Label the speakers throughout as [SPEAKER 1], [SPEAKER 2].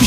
[SPEAKER 1] bir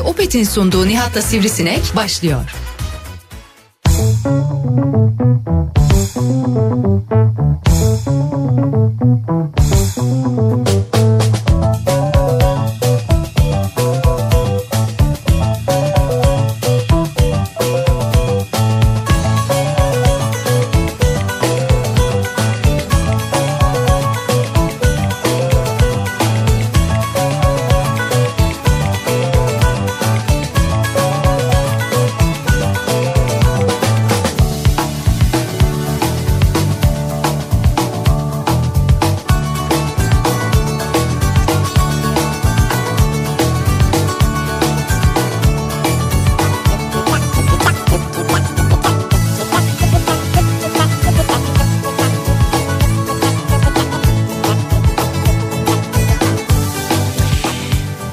[SPEAKER 2] Opet'in sunduğu Nihat'la Sivrisinek başlıyor.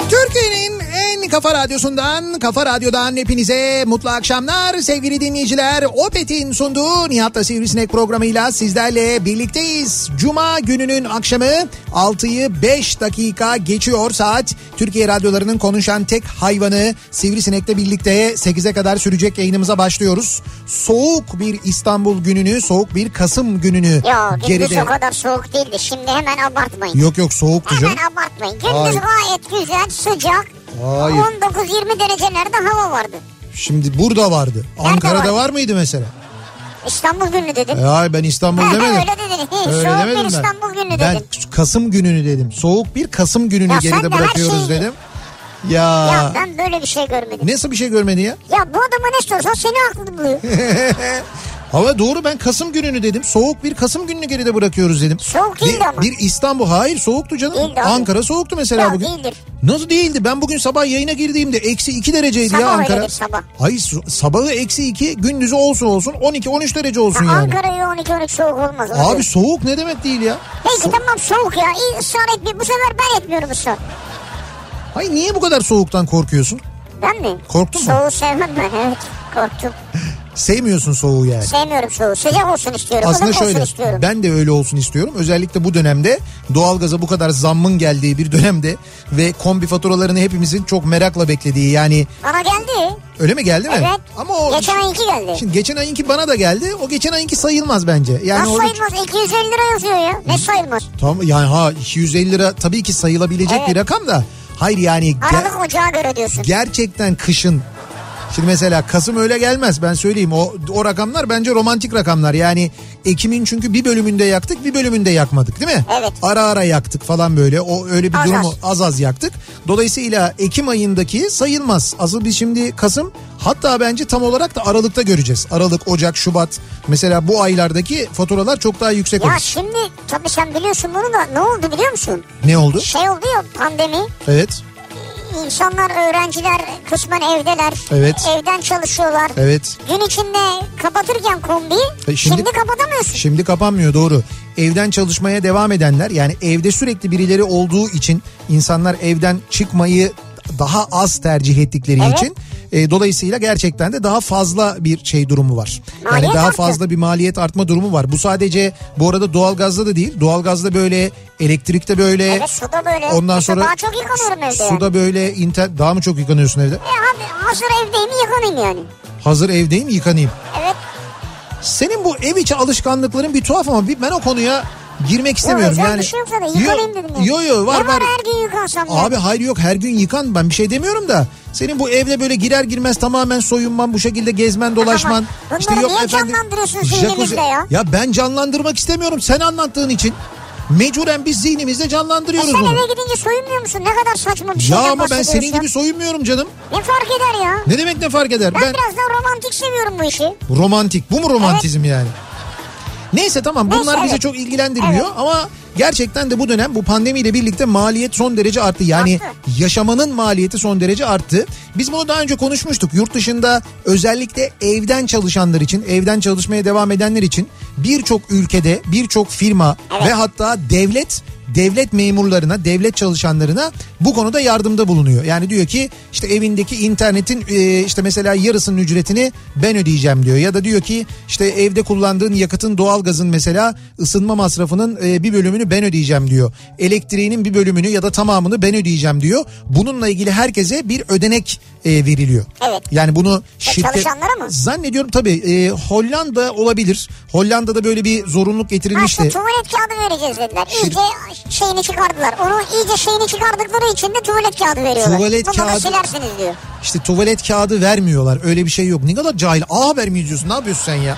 [SPEAKER 1] Türkiye'nin en kafa radyosundan, kafa radyodan hepinize mutlu akşamlar sevgili dinleyiciler. Opet'in sunduğu Nihat'la Sivrisinek programıyla sizlerle birlikteyiz. Cuma gününün akşamı 6'yı 5 dakika geçiyor saat. Türkiye radyolarının konuşan tek hayvanı Sivrisinek'le birlikte 8'e kadar sürecek yayınımıza başlıyoruz. Soğuk bir İstanbul gününü, soğuk bir Kasım gününü
[SPEAKER 3] Ya gündüz
[SPEAKER 1] geride.
[SPEAKER 3] o kadar soğuk değildi. Şimdi hemen abartmayın.
[SPEAKER 1] Yok yok soğuktu canım.
[SPEAKER 3] Hemen abartmayın.
[SPEAKER 1] Hayır.
[SPEAKER 3] Gündüz gayet güzel, sıcak.
[SPEAKER 1] Hayır.
[SPEAKER 3] 19-20 derecelerde hava vardı.
[SPEAKER 1] Şimdi burada vardı. Ankara'da
[SPEAKER 3] vardı?
[SPEAKER 1] var mıydı mesela?
[SPEAKER 3] İstanbul günü dedin.
[SPEAKER 1] E, Hayır ben İstanbul
[SPEAKER 3] Ha,
[SPEAKER 1] demedim.
[SPEAKER 3] öyle dedin. Soğuk bir İstanbul günü
[SPEAKER 1] ben
[SPEAKER 3] dedin.
[SPEAKER 1] Kasım gününü dedim. Soğuk bir Kasım gününü
[SPEAKER 3] Ya sen de
[SPEAKER 1] geride
[SPEAKER 3] her
[SPEAKER 1] bırakıyoruz
[SPEAKER 3] şeyi-
[SPEAKER 1] dedim. Ya,
[SPEAKER 3] Ya ben böyle bir şey görmedim.
[SPEAKER 1] nasıl bir şey görmedi ya?
[SPEAKER 3] Ya bu adama ne sorsan seni haklı buluyor.
[SPEAKER 1] Ama doğru ben Kasım gününü dedim. Soğuk bir Kasım gününü geride bırakıyoruz dedim.
[SPEAKER 3] Soğuk
[SPEAKER 1] bir,
[SPEAKER 3] değildi ama.
[SPEAKER 1] Bir İstanbul hayır soğuktu canım.
[SPEAKER 3] Değildi abi.
[SPEAKER 1] Ankara soğuktu mesela
[SPEAKER 3] Ya
[SPEAKER 1] bugün.
[SPEAKER 3] değildir.
[SPEAKER 1] Nasıl değildi? Ben bugün sabah yayına girdiğimde eksi 2 dereceydi ya
[SPEAKER 3] Sabah
[SPEAKER 1] Ankara.
[SPEAKER 3] öyledir, sabah.
[SPEAKER 1] Hayır su- sabahı eksi 2 gündüzü olsun olsun 12-13 derece olsun
[SPEAKER 3] Ha,
[SPEAKER 1] yani.
[SPEAKER 3] Ankara'yı 12 13 soğuk olmaz. onu
[SPEAKER 1] Abi
[SPEAKER 3] diyor.
[SPEAKER 1] soğuk ne demek değil ya.
[SPEAKER 3] Peki tamam soğuk ya. İyi ısrar etmiyor. Bu sefer ben etmiyorum ısrar.
[SPEAKER 1] Hayır niye bu kadar soğuktan korkuyorsun?
[SPEAKER 3] Ben mi?
[SPEAKER 1] Korktun mu?
[SPEAKER 3] Soğuğu sevmem ben evet. Korktum.
[SPEAKER 1] Sevmiyorsun soğuğu yani.
[SPEAKER 3] Sevmiyorum soğuğu. Sıcak olsun istiyorum.
[SPEAKER 1] Aslında
[SPEAKER 3] ılık
[SPEAKER 1] şöyle
[SPEAKER 3] olsun istiyorum.
[SPEAKER 1] ben de öyle olsun istiyorum. Özellikle bu dönemde doğalgaza bu kadar zammın geldiği bir dönemde ve kombi faturalarını hepimizin çok merakla beklediği yani
[SPEAKER 3] Bana geldi.
[SPEAKER 1] öyle mi geldi mi?
[SPEAKER 3] Evet.
[SPEAKER 1] Ama o
[SPEAKER 3] Geçen ayınki geldi.
[SPEAKER 1] Şimdi geçen ayınki bana da geldi. O geçen ayınki sayılmaz bence. Yani
[SPEAKER 3] Nasıl
[SPEAKER 1] orada-
[SPEAKER 3] sayılmaz? 250 lira yazıyor ya. Ne sayılmaz?
[SPEAKER 1] Tamam yani ha 250 lira tabii ki sayılabilecek
[SPEAKER 3] Evet.
[SPEAKER 1] bir rakam da. Hayır yani ge-
[SPEAKER 3] Aralık ocağa göre diyorsun.
[SPEAKER 1] gerçekten kışın Şimdi mesela Kasım öyle gelmez ben söyleyeyim o o rakamlar bence romantik rakamlar yani Ekim'in çünkü bir bölümünde yaktık bir bölümünde yakmadık değil mi?
[SPEAKER 3] Evet.
[SPEAKER 1] Ara ara yaktık falan böyle o öyle bir
[SPEAKER 3] Az
[SPEAKER 1] durumu
[SPEAKER 3] az.
[SPEAKER 1] az az yaktık. Dolayısıyla Ekim ayındaki sayılmaz asıl biz şimdi Kasım hatta bence tam olarak da Aralık'ta göreceğiz. Aralık, Ocak, Şubat mesela bu aylardaki faturalar çok daha yüksek
[SPEAKER 3] Ya
[SPEAKER 1] olur.
[SPEAKER 3] şimdi tabii sen biliyorsun bunu da ne oldu biliyor musun?
[SPEAKER 1] Ne oldu?
[SPEAKER 3] Şey oldu ya pandemi.
[SPEAKER 1] Evet
[SPEAKER 3] İnsanlar, öğrenciler kısmen evdeler.
[SPEAKER 1] Evet.
[SPEAKER 3] Evden çalışıyorlar.
[SPEAKER 1] evet
[SPEAKER 3] Gün içinde kapatırken kombiyi
[SPEAKER 1] E şimdi-
[SPEAKER 3] şimdi, kapatamıyorsun.
[SPEAKER 1] Şimdi kapanmıyor doğru. Evden çalışmaya devam edenler yani evde sürekli birileri olduğu için insanlar evden çıkmayı daha az tercih ettikleri
[SPEAKER 3] Evet.
[SPEAKER 1] için e, dolayısıyla gerçekten de daha fazla bir şey durumu var. yani
[SPEAKER 3] Maliyet
[SPEAKER 1] daha
[SPEAKER 3] arttı.
[SPEAKER 1] fazla bir maliyet artma durumu var. Bu sadece bu arada doğalgazda da değil. Doğalgazda böyle, elektrikte böyle.
[SPEAKER 3] Evet, suda böyle.
[SPEAKER 1] Ondan
[SPEAKER 3] Mesela
[SPEAKER 1] sonra
[SPEAKER 3] daha çok yıkanıyorum evde yani.
[SPEAKER 1] Suda böyle inter daha mı çok yıkanıyorsun evde?
[SPEAKER 3] E abi hazır evdeyim yıkanayım yani.
[SPEAKER 1] Hazır evdeyim yıkanayım.
[SPEAKER 3] Evet.
[SPEAKER 1] Senin bu ev içi alışkanlıkların bir tuhaf ama bir, ben o konuya girmek istemiyorum.
[SPEAKER 3] özel
[SPEAKER 1] yani,
[SPEAKER 3] bir şey yok zaten. Yıkanayım
[SPEAKER 1] Yo-
[SPEAKER 3] dedim yani.
[SPEAKER 1] Yo yo var
[SPEAKER 3] ne var
[SPEAKER 1] var.
[SPEAKER 3] her gün yıkansam ya?
[SPEAKER 1] Abi hayır yok her gün yıkan ben bir şey demiyorum da senin bu evde böyle girer girmez tamamen soyunman bu şekilde gezmen dolaşman.
[SPEAKER 3] bunları niye canlandırıyorsun
[SPEAKER 1] jacuzzi-
[SPEAKER 3] zihninizde ya?
[SPEAKER 1] Ya ben canlandırmak istemiyorum sen anlattığın için. Mecburen biz zihnimizde
[SPEAKER 3] E
[SPEAKER 1] canlandırıyoruz
[SPEAKER 3] sen
[SPEAKER 1] bunu.
[SPEAKER 3] eve şey gidince soyunmuyor musun? Ne kadar saçma bir
[SPEAKER 1] Ya
[SPEAKER 3] şeyden
[SPEAKER 1] ama ben
[SPEAKER 3] bahsediyorsun.
[SPEAKER 1] senin gibi soyunmuyorum canım.
[SPEAKER 3] Ne fark eder ya?
[SPEAKER 1] Ne demek ne fark eder?
[SPEAKER 3] Ben,
[SPEAKER 1] Ben
[SPEAKER 3] biraz daha romantik seviyorum bu işi.
[SPEAKER 1] romantik. Bu mu romantizm yani? Neyse tamam
[SPEAKER 3] Neyse,
[SPEAKER 1] bunlar bizi
[SPEAKER 3] evet.
[SPEAKER 1] çok ilgilendirmiyor ama gerçekten de bu dönem bu pandemiyle birlikte maliyet son derece arttı. Yani
[SPEAKER 3] Arttı.
[SPEAKER 1] yaşamanın maliyeti son derece arttı. Biz bunu daha önce konuşmuştuk. Yurt dışında özellikle evden çalışanlar için, evden çalışmaya devam edenler için birçok ülkede, birçok firma ve hatta devlet devlet memurlarına, devlet çalışanlarına bu konuda yardımda bulunuyor. Yani diyor ki işte evindeki internetin e, işte mesela yarısının ücretini ben ödeyeceğim diyor. Ya da diyor ki işte evde kullandığın yakıtın doğalgazın mesela ısınma masrafının e, bir bölümünü ben ödeyeceğim diyor. Elektriğinin bir bölümünü ya da tamamını ben ödeyeceğim diyor. Bununla ilgili herkese bir ödenek e, veriliyor.
[SPEAKER 3] Evet.
[SPEAKER 1] Yani bunu şirket...
[SPEAKER 3] çalışanlara mı?
[SPEAKER 1] Zannediyorum tabii e, Hollanda olabilir. Hollanda'da böyle bir zorunluluk
[SPEAKER 3] Ha
[SPEAKER 1] getirilmişti.
[SPEAKER 3] işte tuvalet kağıdı vereceğiz dediler. İyice şeyini çıkardılar. Onu iyice şeyini çıkardıkları için de tuvalet kağıdı veriyorlar.
[SPEAKER 1] Tuvalet
[SPEAKER 3] Bunu da
[SPEAKER 1] kağıdı-
[SPEAKER 3] silersiniz diyor.
[SPEAKER 1] İşte tuvalet kağıdı vermiyorlar. Öyle bir şey yok. Ne kadar cahil. A haber mi izliyorsun? Ne yapıyorsun sen ya?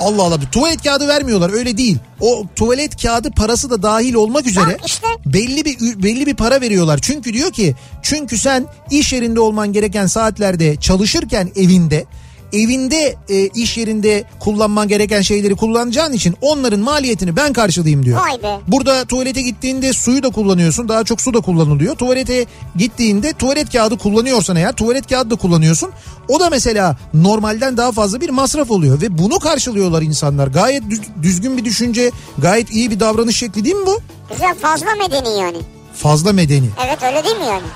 [SPEAKER 1] Allah Allah. Tuvalet kağıdı vermiyorlar. Öyle değil. O tuvalet kağıdı parası da dahil olmak üzere
[SPEAKER 3] Tamam, işte.
[SPEAKER 1] belli bir belli bir para veriyorlar. Çünkü diyor ki çünkü sen iş yerinde olman gereken saatlerde çalışırken evinde evinde e, iş yerinde kullanman gereken şeyleri kullanacağın için onların maliyetini ben karşılayayım diyor.
[SPEAKER 3] Vay be.
[SPEAKER 1] Burada tuvalete gittiğinde suyu da kullanıyorsun. Daha çok su da kullanılıyor. Tuvalete gittiğinde tuvalet kağıdı kullanıyorsan eğer tuvalet kağıdı da kullanıyorsun. O da mesela normalden daha fazla bir masraf oluyor ve bunu karşılıyorlar insanlar. Gayet düz- düzgün bir düşünce, gayet iyi bir davranış şekli değil mi bu?
[SPEAKER 3] Güzel fazla medeni yani.
[SPEAKER 1] Fazla medeni.
[SPEAKER 3] Evet öyle değil mi yani?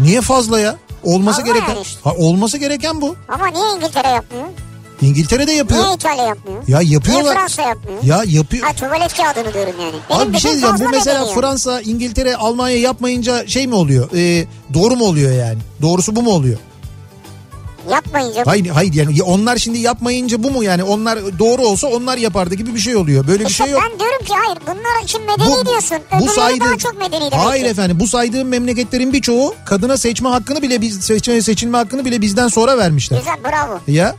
[SPEAKER 1] Niye fazla ya? Olması
[SPEAKER 3] Fazla
[SPEAKER 1] gereken
[SPEAKER 3] yani işte.
[SPEAKER 1] ha, olması gereken bu.
[SPEAKER 3] Ama niye İngiltere yapmıyor?
[SPEAKER 1] İngiltere'de yapıyor.
[SPEAKER 3] Niye İtalya yapmıyor?
[SPEAKER 1] Ya
[SPEAKER 3] Niye
[SPEAKER 1] yapıyorlar.
[SPEAKER 3] Fransa yapmıyor?
[SPEAKER 1] Ya yapıyor.
[SPEAKER 3] Ha tuvalet kağıdını diyorum yani. Benim
[SPEAKER 1] Abi bir şey diyeceğim. Bu mesela
[SPEAKER 3] Fransa...
[SPEAKER 1] Fransa, İngiltere, Almanya yapmayınca şey mi oluyor? Ee, doğru mu oluyor yani? Doğrusu bu mu oluyor?
[SPEAKER 3] Yapmayınca
[SPEAKER 1] Hayır hayır yani ya onlar şimdi yapmayınca bu mu yani? Onlar doğru olsa onlar yapardı gibi bir şey oluyor. Böyle bir
[SPEAKER 3] İşte
[SPEAKER 1] şey yok.
[SPEAKER 3] E Ben diyorum ki hayır bunlar için medeni diyorsun. Öbürleri daha çok medeni demek
[SPEAKER 1] Hayır
[SPEAKER 3] ki.
[SPEAKER 1] efendim bu saydığım memleketlerin birçoğu kadına seçme hakkını bile biz seçme, seçilme hakkını bile bizden sonra vermişler.
[SPEAKER 3] Güzel bravo.
[SPEAKER 1] Ya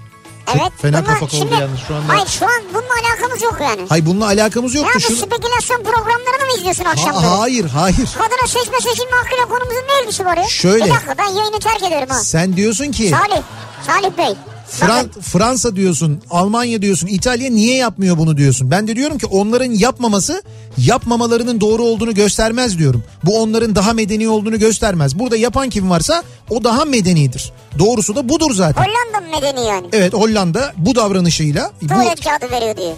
[SPEAKER 3] Evet.
[SPEAKER 1] fena
[SPEAKER 3] bunlar
[SPEAKER 1] kafa oldu yalnız şu anda.
[SPEAKER 3] Hayır şu an bununla alakamız yok yani.
[SPEAKER 1] hayır bununla alakamız
[SPEAKER 3] ya
[SPEAKER 1] yoktu.
[SPEAKER 3] bu
[SPEAKER 1] Şunu-
[SPEAKER 3] spekülasyon programlarını mı izliyorsun akşamları?
[SPEAKER 1] Ha- hayır hayır.
[SPEAKER 3] Kadına seçme seçilme hakkıyla konumuzun ne ilgisi var ya?
[SPEAKER 1] Şöyle.
[SPEAKER 3] Bir dakika ben yayını terk ediyorum ha.
[SPEAKER 1] Sen diyorsun ki
[SPEAKER 3] Salih. Salih Bey.
[SPEAKER 1] Fran-
[SPEAKER 3] Bakın,
[SPEAKER 1] Fransa diyorsun, Almanya diyorsun, İtalya niye yapmıyor bunu diyorsun. Ben de diyorum ki onların yapmaması yapmamalarının doğru olduğunu göstermez diyorum. Bu onların daha medeni olduğunu göstermez. Burada yapan kim varsa o daha medenidir. Doğrusu da budur zaten.
[SPEAKER 3] Hollanda mı medeni yani?
[SPEAKER 1] Evet Hollanda bu davranışıyla E, bu
[SPEAKER 3] Tuvalet kağıdı veriyor diye.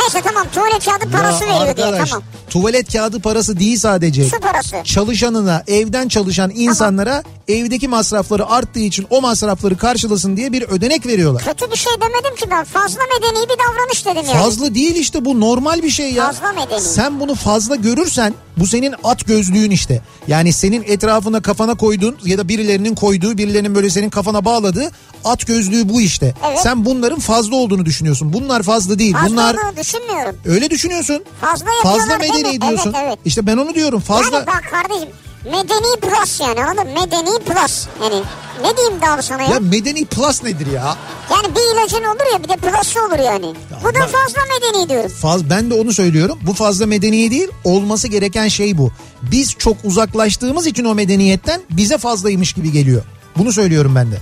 [SPEAKER 3] Neyse tamam tuvalet kağıdı parası
[SPEAKER 1] Ya
[SPEAKER 3] veriyor diye
[SPEAKER 1] arkadaş,
[SPEAKER 3] tamam.
[SPEAKER 1] Tuvalet kağıdı parası değil sadece.
[SPEAKER 3] Su parası.
[SPEAKER 1] Çalışanına, evden çalışan insanlara evdeki masrafları arttığı için o masrafları karşılasın diye bir ödenek veriyorlar.
[SPEAKER 3] Kötü bir şey demedim ki ben. Fazla medeni bir davranış dedim yani.
[SPEAKER 1] Fazla değil işte bu normal bir şey ya.
[SPEAKER 3] Fazla medeni.
[SPEAKER 1] Sen bunu fazla görürsen bu senin at gözlüğün işte. Yani senin etrafına kafana koyduğun ya da birilerinin koyduğu birilerinin böyle senin kafana bağladığı at gözlüğü bu işte.
[SPEAKER 3] Evet.
[SPEAKER 1] Sen bunların fazla olduğunu düşünüyorsun. Bunlar fazla değil.
[SPEAKER 3] Fazla
[SPEAKER 1] Bunlar
[SPEAKER 3] olduğunu düşünmüyorum.
[SPEAKER 1] öyle düşünüyorsun.
[SPEAKER 3] Fazla yapıyorlar
[SPEAKER 1] Fazla
[SPEAKER 3] değil mi?
[SPEAKER 1] medeni diyorsun.
[SPEAKER 3] Evet evet.
[SPEAKER 1] İşte ben onu diyorum fazla.
[SPEAKER 3] Yani bak kardeşim medeni plus yani anladın mı? Medeni plus. Yani ne diyeyim daha sana ya?
[SPEAKER 1] Ya medeni plus nedir ya?
[SPEAKER 3] Yani bir ilacın olur ya bir de plusu olur yani. Bu da
[SPEAKER 1] bak-
[SPEAKER 3] fazla medeni diyorum.
[SPEAKER 1] Faz, ben de onu söylüyorum. Bu fazla medeni değil. Olması gereken şey bu. Biz çok uzaklaştığımız için o medeniyetten bize fazlaymış gibi geliyor. Bunu söylüyorum ben de.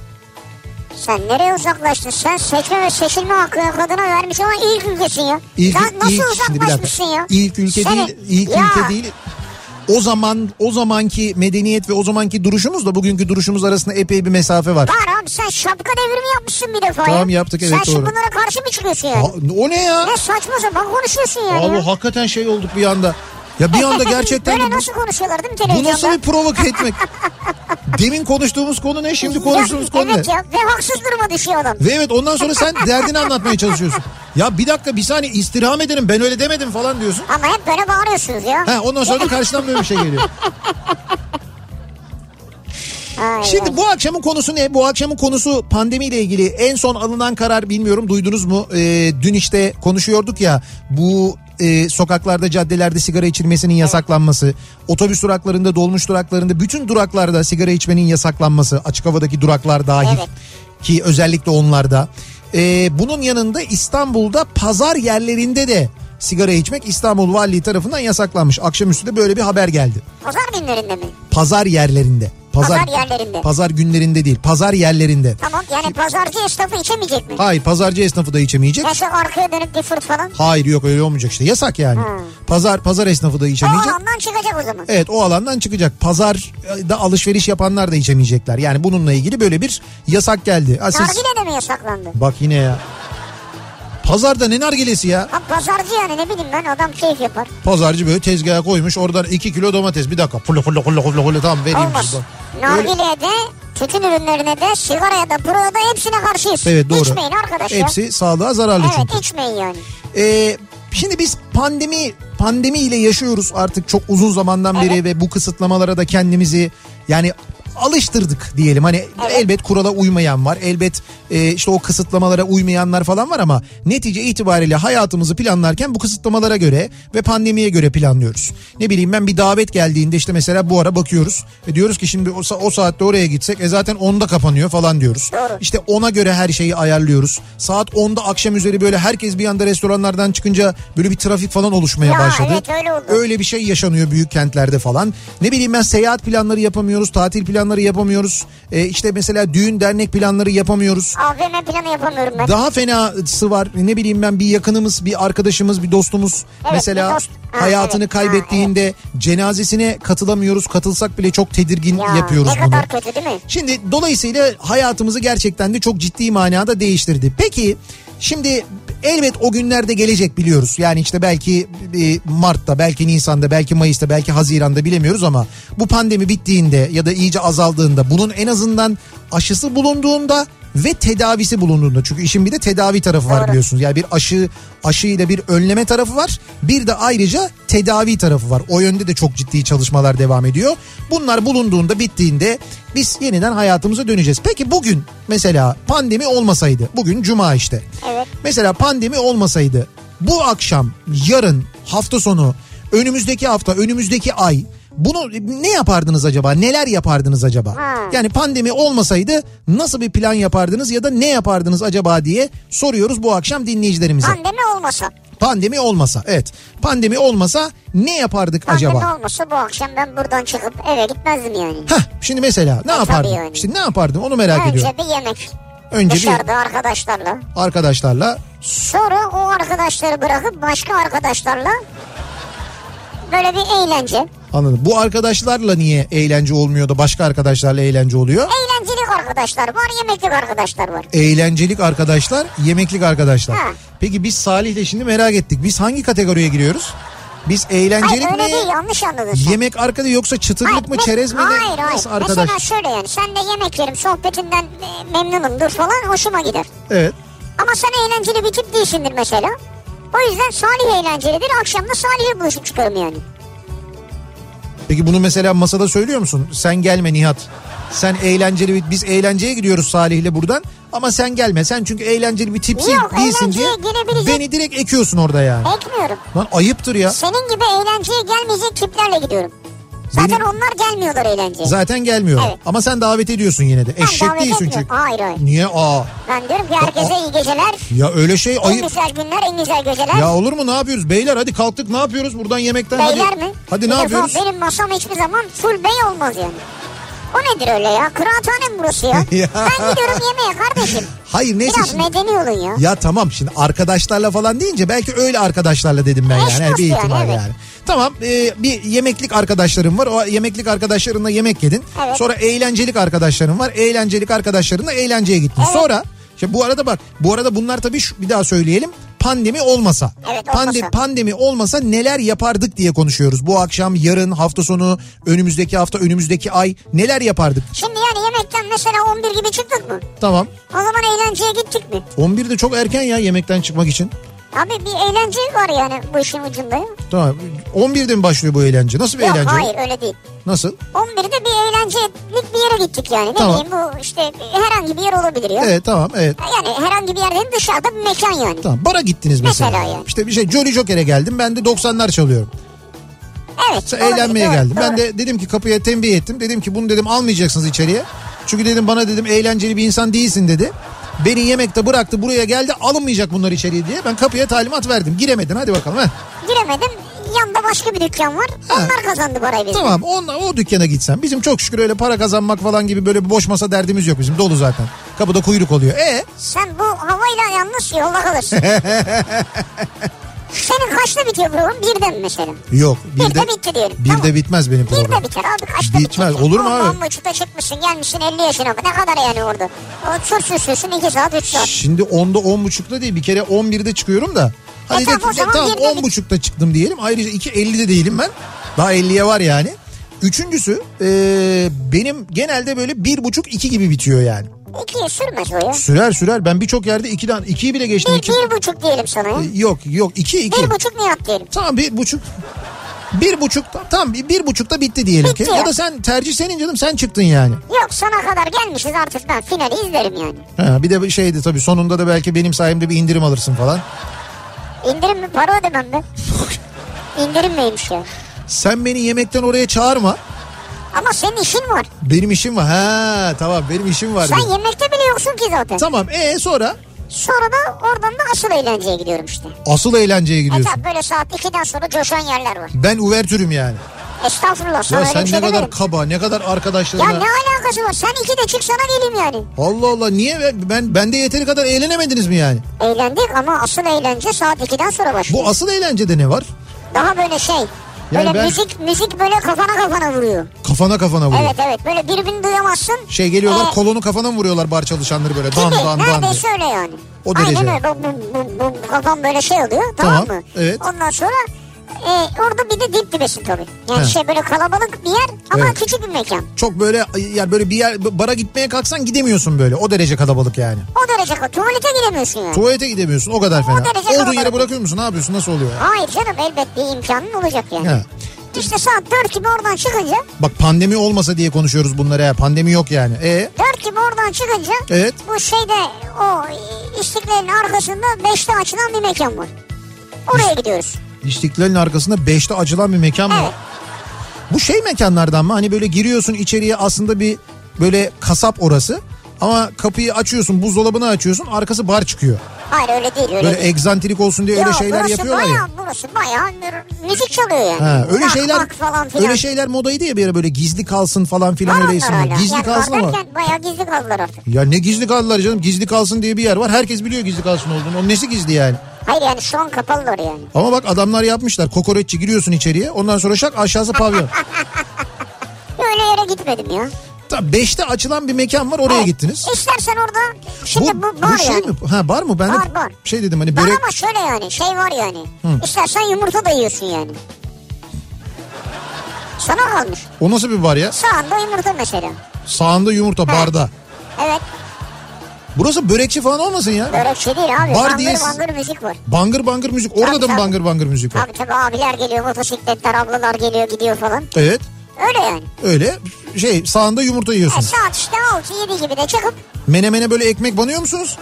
[SPEAKER 3] Sen nereye uzaklaştın? Sen seçme ve seçilme hakkını kadına vermiş ama ilk ülkesin ya.
[SPEAKER 1] İlk,
[SPEAKER 3] Lan nasıl
[SPEAKER 1] ilk- şimdi bir dakika.
[SPEAKER 3] uzaklaşmışsın ya?
[SPEAKER 1] İlk ülke
[SPEAKER 3] Seni-
[SPEAKER 1] değil, ilk
[SPEAKER 3] Ya,
[SPEAKER 1] ülke değil. O zaman o zamanki medeniyet ve o zamanki duruşumuzla bugünkü duruşumuz arasında epey bir mesafe var.
[SPEAKER 3] Var abi sen şapka devrimi yapmışsın bir defa
[SPEAKER 1] Tamam,
[SPEAKER 3] ya.
[SPEAKER 1] yaptık, evet,
[SPEAKER 3] Sen şimdi
[SPEAKER 1] doğru.
[SPEAKER 3] bunlara karşı mı çıkıyorsun yani?
[SPEAKER 1] Ha, o ne ya?
[SPEAKER 3] Ne saçma sapan konuşuyorsun yani.
[SPEAKER 1] Abi
[SPEAKER 3] ya.
[SPEAKER 1] hakikaten şey olduk bir anda. Ya bir anda gerçekten
[SPEAKER 3] Böyle
[SPEAKER 1] bu,
[SPEAKER 3] nasıl konuşuyorlar değil mi
[SPEAKER 1] bu
[SPEAKER 3] televizyonda?
[SPEAKER 1] nasıl bir provoke etmek? Demin konuştuğumuz konu ne? Şimdi konuştuğumuz
[SPEAKER 3] Ya,
[SPEAKER 1] konu ne?
[SPEAKER 3] Evet ya ve haksız duruma düşüyor adam.
[SPEAKER 1] Ve evet ondan sonra sen derdini anlatmaya çalışıyorsun. Ya bir dakika bir saniye istirham ederim ben öyle demedim falan diyorsun.
[SPEAKER 3] Ama hep böyle bağırıyorsunuz ya.
[SPEAKER 1] Ha ondan sonra da karşıdan böyle bir şey geliyor.
[SPEAKER 3] Ay,
[SPEAKER 1] Şimdi bu akşamın konusu ne? Bu akşamın konusu pandemiyle ilgili en son alınan karar bilmiyorum duydunuz mu? Ee, dün işte konuşuyorduk ya bu e, sokaklarda caddelerde sigara içilmesinin yasaklanması, otobüs duraklarında dolmuş duraklarında bütün duraklarda sigara içmenin yasaklanması açık havadaki duraklar dahil
[SPEAKER 3] Evet.
[SPEAKER 1] ki özellikle onlarda. Ee, bunun yanında İstanbul'da pazar yerlerinde de sigara içmek İstanbul Valiliği tarafından yasaklanmış. Akşamüstü de böyle bir haber geldi.
[SPEAKER 3] Pazar günlerinde mi?
[SPEAKER 1] Pazar yerlerinde.
[SPEAKER 3] Pazar yerlerinde.
[SPEAKER 1] Pazar günlerinde değil. Pazar yerlerinde.
[SPEAKER 3] Tamam yani pazarcı esnafı içemeyecek mi?
[SPEAKER 1] Hayır pazarcı esnafı da içemeyecek.
[SPEAKER 3] Mesela arkaya dönüp bir fırt falan.
[SPEAKER 1] Hayır yok öyle olmayacak işte yasak yani. Pazar pazar esnafı da
[SPEAKER 3] O
[SPEAKER 1] içemeyecek.
[SPEAKER 3] alandan çıkacak o zaman.
[SPEAKER 1] Evet o alandan çıkacak. Pazarda alışveriş yapanlar da içemeyecekler. Yani bununla ilgili böyle bir yasak geldi. Ha, siz...
[SPEAKER 3] Nargile de mi yasaklandı?
[SPEAKER 1] Bak yine ya. Pazarda ne nargilesi ya?
[SPEAKER 3] Ha pazarcı yani ne bileyim ben adam keyif yapar.
[SPEAKER 1] Pazarcı böyle tezgaha koymuş oradan 2 kilo domates. Bir dakika. Pulu pulu pulu pulu pulu tamam vereyim.
[SPEAKER 3] Olmaz.
[SPEAKER 1] size. Öyle-
[SPEAKER 3] Nargileye de, tütün ürünlerine de, sigaraya da, buraya da hepsine karşıyız.
[SPEAKER 1] Evet doğru.
[SPEAKER 3] İçmeyin arkadaş ya.
[SPEAKER 1] Hepsi sağlığa zararlı çünkü.
[SPEAKER 3] Evet içmeyin yani.
[SPEAKER 1] Ee, şimdi biz pandemi pandemi ile yaşıyoruz artık çok uzun zamandan beri ve bu kısıtlamalara da kendimizi yani alıştırdık diyelim. Hani elbet kurala uymayan var. Elbet e, işte o kısıtlamalara uymayanlar falan var ama netice itibariyle hayatımızı planlarken bu kısıtlamalara göre ve pandemiye göre planlıyoruz. Ne bileyim ben bir davet geldiğinde işte mesela bu ara bakıyoruz. E diyoruz ki şimdi o, sa- o saatte oraya gitsek e zaten 10'da kapanıyor falan diyoruz.
[SPEAKER 3] Doğru.
[SPEAKER 1] İşte ona göre her şeyi ayarlıyoruz. Saat 10'da akşam üzeri böyle herkes bir anda restoranlardan çıkınca böyle bir trafik falan oluşmaya
[SPEAKER 3] Ya
[SPEAKER 1] başladı.
[SPEAKER 3] evet, öyle oldu.
[SPEAKER 1] bir şey yaşanıyor büyük kentlerde falan. Ne bileyim ben seyahat planları yapamıyoruz, tatil planları yapamıyoruz. E, işte mesela düğün dernek planları yapamıyoruz.
[SPEAKER 3] AVM planı yapamıyorum ben.
[SPEAKER 1] Daha fenası var ne bileyim ben bir yakınımız, bir arkadaşımız, bir dostumuz
[SPEAKER 3] Evet,
[SPEAKER 1] mesela
[SPEAKER 3] bir dost. Ha,
[SPEAKER 1] hayatını
[SPEAKER 3] evet. Ha,
[SPEAKER 1] kaybettiğinde cenazesine katılamıyoruz. Katılsak bile çok tedirgin
[SPEAKER 3] ya,
[SPEAKER 1] yapıyoruz
[SPEAKER 3] ne
[SPEAKER 1] bunu.
[SPEAKER 3] kadar kötü değil mi?
[SPEAKER 1] Şimdi dolayısıyla hayatımızı gerçekten de çok ciddi manada değiştirdi. Peki şimdi elbet o günler de gelecek biliyoruz. Yani işte belki e, Mart'ta, belki Nisan'da, belki Mayıs'ta, belki Haziran'da bilemiyoruz ama bu pandemi bittiğinde ya da iyice azaldığında bunun en azından aşısı bulunduğunda ve tedavisi bulunduğunda çünkü işin bir de tedavi tarafı var
[SPEAKER 3] Doğru.
[SPEAKER 1] biliyorsunuz. Yani bir aşı aşıyla bir önleme tarafı var. Bir de ayrıca tedavi tarafı var. O yönde de çok ciddi çalışmalar devam ediyor. Bunlar bulunduğunda bittiğinde biz yeniden hayatımıza döneceğiz. Peki bugün mesela pandemi olmasaydı. Bugün cuma işte.
[SPEAKER 3] Evet.
[SPEAKER 1] Mesela pandemi olmasaydı bu akşam, yarın, hafta sonu, önümüzdeki hafta, önümüzdeki ay bunu ne yapardınız acaba? Neler yapardınız acaba? Yani pandemi olmasaydı nasıl bir plan yapardınız ya da ne yapardınız acaba diye soruyoruz bu akşam dinleyicilerimize.
[SPEAKER 3] Pandemi olmasa.
[SPEAKER 1] Pandemi olmasa evet. Pandemi olmasa ne yapardık
[SPEAKER 3] Pandemi
[SPEAKER 1] acaba?
[SPEAKER 3] olmasa bu akşam ben buradan çıkıp eve gitmezdim yani.
[SPEAKER 1] Hah şimdi mesela ne
[SPEAKER 3] E, tabii
[SPEAKER 1] yapardın?
[SPEAKER 3] yani.
[SPEAKER 1] İşte ne yapardın onu merak
[SPEAKER 3] Önce
[SPEAKER 1] ediyorum.
[SPEAKER 3] bir yemek.
[SPEAKER 1] Önce bir
[SPEAKER 3] Dışarıda arkadaşlarla.
[SPEAKER 1] arkadaşlarla
[SPEAKER 3] Sonra o arkadaşları bırakıp başka arkadaşlarla böyle bir eğlence.
[SPEAKER 1] Anladım. Bu arkadaşlarla niye eğlence olmuyor da başka arkadaşlarla eğlence oluyor?
[SPEAKER 3] Eğlencelik arkadaşlar var, yemeklik arkadaşlar var.
[SPEAKER 1] Eğlencelik arkadaşlar, yemeklik arkadaşlar.
[SPEAKER 3] Ha.
[SPEAKER 1] Peki biz Salih'le şimdi merak ettik. Biz hangi kategoriye giriyoruz? Biz
[SPEAKER 3] Hayır
[SPEAKER 1] eğlencelik
[SPEAKER 3] öyle
[SPEAKER 1] mi?
[SPEAKER 3] değil yanlış anladın sen.
[SPEAKER 1] Yemek arkada yoksa çıtırlık
[SPEAKER 3] Hayır,
[SPEAKER 1] mı,
[SPEAKER 3] mes-
[SPEAKER 1] çerez mi? ne-
[SPEAKER 3] Hayır hayır.
[SPEAKER 1] Nasıl arkadaş?
[SPEAKER 3] Mesela şöyle yani sen de yemek yerim sohbetinden e, memnunum dur falan hoşuma gider.
[SPEAKER 1] Evet.
[SPEAKER 3] Ama sen eğlenceli bir tip değilsindir mesela. O yüzden Salih eğlencelidir. Akşam da Salih'le buluşup çıkarım yani.
[SPEAKER 1] Peki bunu mesela masada söylüyor musun? Sen gelme Nihat. Sen eğlenceli bir, biz eğlenceye gidiyoruz Salih'le buradan ama sen gelme. Sen çünkü eğlenceli bir tipsin
[SPEAKER 3] Yok,
[SPEAKER 1] değilsin diye
[SPEAKER 3] eğlenceye gelebilecek-
[SPEAKER 1] beni direkt ekiyorsun orada yani.
[SPEAKER 3] Ekmiyorum.
[SPEAKER 1] Lan ayıptır ya.
[SPEAKER 3] Senin gibi eğlenceye gelmeyecek tiplerle gidiyorum. Zaten
[SPEAKER 1] Benim-
[SPEAKER 3] onlar gelmiyorlar eğlenceye.
[SPEAKER 1] Zaten gelmiyor.
[SPEAKER 3] Evet.
[SPEAKER 1] Ama sen davet ediyorsun yine de.
[SPEAKER 3] Ben
[SPEAKER 1] Eşek
[SPEAKER 3] davet
[SPEAKER 1] değilsin
[SPEAKER 3] etmiyorum.
[SPEAKER 1] çünkü.
[SPEAKER 3] Hayır hayır.
[SPEAKER 1] Niye aa?
[SPEAKER 3] Ben diyorum ki herkese iyi geceler.
[SPEAKER 1] Ya öyle şey
[SPEAKER 3] En
[SPEAKER 1] ayıp.
[SPEAKER 3] güzel günler, en güzel geceler.
[SPEAKER 1] Ya olur mu ne yapıyoruz? Beyler hadi kalktık ne yapıyoruz? Buradan yemekten
[SPEAKER 3] Beyler
[SPEAKER 1] hadi.
[SPEAKER 3] mi?
[SPEAKER 1] Hadi
[SPEAKER 3] Bir
[SPEAKER 1] ne
[SPEAKER 3] defa
[SPEAKER 1] yapıyoruz?
[SPEAKER 3] Benim masam hiçbir zaman full bey olmaz yani. O nedir öyle ya? Kıraathane mi burası ya?
[SPEAKER 1] Ya.
[SPEAKER 3] ben gidiyorum yemeğe kardeşim.
[SPEAKER 1] Hayır neyse
[SPEAKER 3] Biraz
[SPEAKER 1] şimdi.
[SPEAKER 3] medeni olun ya.
[SPEAKER 1] Ya tamam şimdi arkadaşlarla falan deyince belki öyle arkadaşlarla dedim ben yani.
[SPEAKER 3] Eş
[SPEAKER 1] Yani bir
[SPEAKER 3] dost yani,
[SPEAKER 1] ihtimal yani.
[SPEAKER 3] evet.
[SPEAKER 1] Tamam e, bir yemeklik arkadaşlarım var. O yemeklik arkadaşlarınla yemek yedin.
[SPEAKER 3] Evet.
[SPEAKER 1] Sonra eğlencelik arkadaşlarım var. Eğlencelik arkadaşlarınla eğlenceye gittin.
[SPEAKER 3] Evet.
[SPEAKER 1] Sonra işte bu arada bak bu arada bunlar tabii şu, bir daha söyleyelim. Pandemi olmasa.
[SPEAKER 3] Evet,
[SPEAKER 1] Pande-
[SPEAKER 3] olmasa.
[SPEAKER 1] pandemi olmasa neler yapardık diye konuşuyoruz. Bu akşam, yarın, hafta sonu, önümüzdeki hafta, önümüzdeki ay neler yapardık?
[SPEAKER 3] Şimdi yani yemekten mesela 11 gibi çıktık mı?
[SPEAKER 1] Tamam.
[SPEAKER 3] O zaman eğlenceye gittik mi?
[SPEAKER 1] 11'de çok erken ya yemekten çıkmak için.
[SPEAKER 3] Abi bir eğlence var yani bu işin ucunda. ya.
[SPEAKER 1] Tamam. 11'de mi başlıyor bu eğlence? Nasıl bir
[SPEAKER 3] Yok
[SPEAKER 1] eğlence?
[SPEAKER 3] hayır öyle değil.
[SPEAKER 1] Nasıl?
[SPEAKER 3] 11'de bir eğlencelik bir yere gittik yani. Ne
[SPEAKER 1] Tamam.
[SPEAKER 3] bileyim bu işte herhangi bir yer olabilir ya.
[SPEAKER 1] Evet tamam evet.
[SPEAKER 3] Yani herhangi bir yerde dışarıda bir mekan yani.
[SPEAKER 1] Tamam bara gittiniz mesela.
[SPEAKER 3] Mesela yani.
[SPEAKER 1] İşte bir şey Jolly Joker'e geldim ben de 90'lar çalıyorum.
[SPEAKER 3] Evet.
[SPEAKER 1] Sen
[SPEAKER 3] olabilir,
[SPEAKER 1] eğlenmeye
[SPEAKER 3] doğru,
[SPEAKER 1] geldim. Ben
[SPEAKER 3] doğru.
[SPEAKER 1] de dedim ki kapıya tembih ettim. Dedim ki bunu dedim almayacaksınız içeriye. Çünkü dedim bana dedim eğlenceli bir insan değilsin dedi. Beni yemekte bıraktı buraya geldi alınmayacak bunlar içeriye diye. Ben kapıya talimat verdim. Giremedin hadi bakalım. Heh.
[SPEAKER 3] Giremedim. Yanda başka bir dükkan var. Onlar kazandı parayı bizim.
[SPEAKER 1] Tamam onunla, o dükkana gitsen. Bizim çok şükür öyle para kazanmak falan gibi böyle bir boş masa derdimiz yok bizim. Dolu zaten. Kapıda kuyruk oluyor. E
[SPEAKER 3] Sen bu havayla yalnız yolda kalırsın. Senin kaçta bitiyor program? Birden mi mesela?
[SPEAKER 1] yok.
[SPEAKER 3] Bir de bitti diyelim.
[SPEAKER 1] Bir
[SPEAKER 3] Tamam.
[SPEAKER 1] de bitmez benim
[SPEAKER 3] Bir
[SPEAKER 1] program.
[SPEAKER 3] de biter abi kaçta
[SPEAKER 1] Bitmez, olur mu abi?
[SPEAKER 3] buçukta çıkmışsın gelmişsin 50 yaşına ne kadar yani orada. O sürsün sürsün 2 saat 3 saat.
[SPEAKER 1] Şimdi 10'da 10.30'da değil bir kere 11'de çıkıyorum da. Hadi
[SPEAKER 3] E
[SPEAKER 1] de,
[SPEAKER 3] tamam, o
[SPEAKER 1] de-
[SPEAKER 3] zaman
[SPEAKER 1] tamam
[SPEAKER 3] bir de-
[SPEAKER 1] 10.30'da çıktım diyelim. Ayrıca 2.50'de değilim ben. Daha 50'ye var yani. Üçüncüsü e, benim genelde böyle 1.30-2 gibi bitiyor yani.
[SPEAKER 3] 2'ye sürmez o ya.
[SPEAKER 1] Sürer sürer. Ben birçok yerde 2'den 2'yi bile geçtim.
[SPEAKER 3] Bir,
[SPEAKER 1] İki-
[SPEAKER 3] bir buçuk diyelim sana ya.
[SPEAKER 1] Yok yok 2 2.
[SPEAKER 3] Bir buçuk Nihat diyelim.
[SPEAKER 1] Tamam bir buçuk. Bir buçukta tam bir, bir buçukta bitti diyelim
[SPEAKER 3] Bitti
[SPEAKER 1] ki.
[SPEAKER 3] ya.
[SPEAKER 1] Ya da sen tercih senin canım sen çıktın yani.
[SPEAKER 3] Yok sana kadar gelmişiz artık ben finali izlerim yani.
[SPEAKER 1] Ha, bir de şeydi tabii sonunda da belki benim sayemde bir indirim alırsın falan.
[SPEAKER 3] İndirim mi para ödemem be. İndirim neymiş ya?
[SPEAKER 1] Sen beni yemekten oraya çağırma.
[SPEAKER 3] Ama senin işin var.
[SPEAKER 1] Benim işim var. Ha tamam benim işim var.
[SPEAKER 3] Sen
[SPEAKER 1] benim.
[SPEAKER 3] yemekte bile yoksun ki zaten.
[SPEAKER 1] Tamam e sonra
[SPEAKER 3] Sonra da oradan da asıl eğlenceye gidiyorum işte.
[SPEAKER 1] asıl eğlenceye
[SPEAKER 3] E
[SPEAKER 1] gidiyorsun.
[SPEAKER 3] tabi böyle saat 2'den sonra coşan yerler var.
[SPEAKER 1] Ben uvertürüm yani.
[SPEAKER 3] Estağfurullah sana
[SPEAKER 1] Ya
[SPEAKER 3] öyle
[SPEAKER 1] sen
[SPEAKER 3] bir şey
[SPEAKER 1] ne
[SPEAKER 3] demedim.
[SPEAKER 1] kadar kaba ne kadar
[SPEAKER 3] Ya
[SPEAKER 1] arkadaşlarına.
[SPEAKER 3] ne alakası var? Sen 2'de çık sana geleyim yani.
[SPEAKER 1] Allah Allah niye ben, ben bende yeteri kadar eğlenemediniz mi yani?
[SPEAKER 3] Eğlendik ama asıl eğlence saat 2'den sonra başlıyor.
[SPEAKER 1] Bu asıl eğlencede ne var?
[SPEAKER 3] Daha böyle şey. Böyle
[SPEAKER 1] ben-
[SPEAKER 3] müzik müzik böyle kafana kafana vuruyor.
[SPEAKER 1] Kafana kafana vuruyor.
[SPEAKER 3] Evet evet böyle birbirini duyamazsın.
[SPEAKER 1] Şey geliyorlar
[SPEAKER 3] Ee,
[SPEAKER 1] kolonu kafana mı vuruyorlar bar çalışanları böyle dan
[SPEAKER 3] gibi.
[SPEAKER 1] dan dan. diye.
[SPEAKER 3] Neredeyse öyle yani.
[SPEAKER 1] O derece.
[SPEAKER 3] Aynen öyle. Bu, bu, bu, bu kafam böyle şey oluyor tamam,
[SPEAKER 1] Tamam,
[SPEAKER 3] mı?
[SPEAKER 1] evet.
[SPEAKER 3] Ondan sonra e, orada bir de dip dibesin tabii. Yani
[SPEAKER 1] He.
[SPEAKER 3] şey böyle kalabalık bir yer ama
[SPEAKER 1] Evet.
[SPEAKER 3] küçük bir mekan.
[SPEAKER 1] Çok böyle yani böyle bir yer bara gitmeye kalksan gidemiyorsun böyle. O derece kalabalık yani.
[SPEAKER 3] O derece tuvalete gidemiyorsun yani.
[SPEAKER 1] Tuvalete gidemiyorsun o kadar fena.
[SPEAKER 3] derece
[SPEAKER 1] Olduğun
[SPEAKER 3] kalabalık.
[SPEAKER 1] yere bırakıyor musun? Ne yapıyorsun? Nasıl oluyor? ya?
[SPEAKER 3] Hayır canım elbet bir imkanın olacak yani.
[SPEAKER 1] Ha.
[SPEAKER 3] İşte saat 4 gibi oradan çıkınca
[SPEAKER 1] Bak pandemi olmasa diye konuşuyoruz bunları ya. Pandemi yok yani. E
[SPEAKER 3] 4 gibi oradan çıkınca
[SPEAKER 1] Evet.
[SPEAKER 3] bu şeyde o e, istiklalin arkasında 5'te açılan bir mekan var. Oraya gidiyoruz.
[SPEAKER 1] İstiklal'in arkasında beşte açılan bir mekan var.
[SPEAKER 3] Evet.
[SPEAKER 1] Bu şey mekanlardan mı? Hani böyle giriyorsun içeriye aslında bir böyle kasap orası. Ama kapıyı açıyorsun, buzdolabını açıyorsun, arkası bar çıkıyor.
[SPEAKER 3] Hayır öyle değil öyle
[SPEAKER 1] Böyle
[SPEAKER 3] değil.
[SPEAKER 1] egzantrik olsun diye öyle
[SPEAKER 3] Yok,
[SPEAKER 1] şeyler
[SPEAKER 3] burası
[SPEAKER 1] yapıyorlar
[SPEAKER 3] bayağı,
[SPEAKER 1] ya.
[SPEAKER 3] Burası bayağı mür- müzik çalıyor yani.
[SPEAKER 1] Ha, öyle
[SPEAKER 3] Rock,
[SPEAKER 1] şeyler
[SPEAKER 3] rock falan filan.
[SPEAKER 1] öyle şeyler modaydı ya bir ara böyle gizli kalsın falan
[SPEAKER 3] Var
[SPEAKER 1] filan
[SPEAKER 3] onlar
[SPEAKER 1] öyle isimler.
[SPEAKER 3] hala.
[SPEAKER 1] Gizli
[SPEAKER 3] Yani
[SPEAKER 1] kalsın
[SPEAKER 3] var
[SPEAKER 1] ama.
[SPEAKER 3] derken Bayağı gizli kaldılar artık.
[SPEAKER 1] Ya ne gizli kaldılar canım? Gizli kalsın diye bir yer var. Herkes biliyor gizli kalsın olduğunu. Onun nesi gizli yani?
[SPEAKER 3] Hayır yani şu an kapalılar yani.
[SPEAKER 1] Ama bak adamlar yapmışlar. Kokoreççi giriyorsun içeriye. Ondan sonra şak aşağısı pavyon.
[SPEAKER 3] Öyle yere gitmedim ya.
[SPEAKER 1] Tabii 5'te açılan bir mekan var oraya
[SPEAKER 3] Evet.
[SPEAKER 1] gittiniz.
[SPEAKER 3] İstersen orada e, şimdi bu,
[SPEAKER 1] bu
[SPEAKER 3] var
[SPEAKER 1] şey
[SPEAKER 3] yani.
[SPEAKER 1] mi? Ha bar mı? Ben de
[SPEAKER 3] Bar, bar.
[SPEAKER 1] şey dedim hani
[SPEAKER 3] Var
[SPEAKER 1] börek
[SPEAKER 3] ama şöyle yani şey var yani. İstersen yumurta da yiyorsun yani. Sana kalmış.
[SPEAKER 1] o nasıl bir bar ya?
[SPEAKER 3] Sağında yumurta mesela.
[SPEAKER 1] Sağında yumurta barda.
[SPEAKER 3] Evet.
[SPEAKER 1] Burası börekçi falan olmasın ya.
[SPEAKER 3] Börek şey değil abi.
[SPEAKER 1] Bar
[SPEAKER 3] bangır
[SPEAKER 1] diye-
[SPEAKER 3] bangır müzik var.
[SPEAKER 1] Bangır bangır müzik. Orada
[SPEAKER 3] Tabii,
[SPEAKER 1] da mı
[SPEAKER 3] tabii.
[SPEAKER 1] bangır bangır müzik var?
[SPEAKER 3] Tabii tabii abiler geliyor motosikletler ablalar geliyor gidiyor falan.
[SPEAKER 1] Evet.
[SPEAKER 3] Öyle yani.
[SPEAKER 1] Öyle şey sağında yumurta
[SPEAKER 3] E,
[SPEAKER 1] yiyorsun.
[SPEAKER 3] saat işte 6-7 gibi de çıkıp
[SPEAKER 1] Menemene böyle ekmek banıyor musunuz?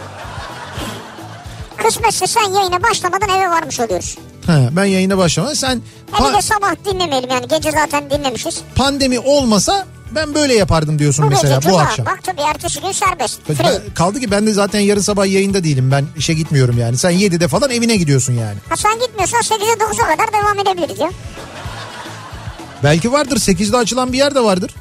[SPEAKER 3] kısmetse sen yayına başlamadan eve varmış oluyoruz.
[SPEAKER 1] Ha, ben yayına başlamadan sen
[SPEAKER 3] Hele
[SPEAKER 1] pa-
[SPEAKER 3] de sabah dinlemeyelim yani gece zaten dinlemişiz.
[SPEAKER 1] pandemi olmasa ben böyle yapardım diyorsun
[SPEAKER 3] Bu
[SPEAKER 1] mesela
[SPEAKER 3] gece
[SPEAKER 1] bu
[SPEAKER 3] cuma
[SPEAKER 1] akşam.
[SPEAKER 3] bak tabii ertesi gün serbest.
[SPEAKER 1] Ben-
[SPEAKER 3] Free.
[SPEAKER 1] kaldı ki ben de zaten yarın sabah yayında değilim. Ben işe gitmiyorum yani. Sen 7'de falan evine gidiyorsun yani.
[SPEAKER 3] Ha sen gitmiyorsan 8'e 9'a kadar devam edebiliriz ya.
[SPEAKER 1] Belki vardır 8'de açılan bir yer de vardır.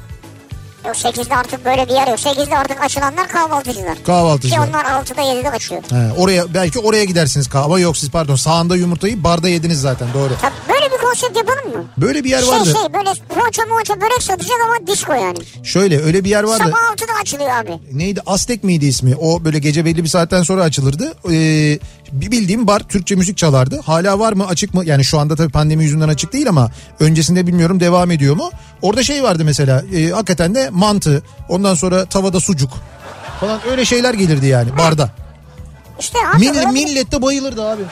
[SPEAKER 3] Yok 8'de artık böyle bir yer yok. 8'de artık açılanlar kahvaltıcılar. Ki
[SPEAKER 1] Kahvaltıcılar.
[SPEAKER 3] onlar 6'da 7'de açıyor.
[SPEAKER 1] He, oraya belki oraya gidersiniz kahvaltı. Ama yok siz pardon sağında yumurtayı barda yediniz zaten doğru.
[SPEAKER 3] Tabii böyle bir konsept yapalım mı?
[SPEAKER 1] Böyle bir yer
[SPEAKER 3] Şey
[SPEAKER 1] vardı.
[SPEAKER 3] şey böyle poğaça moğaça börek satacak ama disco yani.
[SPEAKER 1] Şöyle öyle bir yer vardı.
[SPEAKER 3] şey. Sabah 6'da açılıyor abi.
[SPEAKER 1] Neydi Aztek miydi ismi? O böyle gece belli bir saatten sonra açılırdı. Ee, bir bildiğim bar Türkçe müzik çalardı. Hala var mı açık mı? Yani şu anda tabii pandemi yüzünden açık değil ama öncesinde bilmiyorum devam ediyor mu? Orada şey vardı mesela e, hakikaten de mantı ondan sonra tavada sucuk falan öyle şeyler gelirdi yani barda.
[SPEAKER 3] İşte abi.
[SPEAKER 1] Mill,
[SPEAKER 3] böyle-
[SPEAKER 1] millet de bayılırdı abi.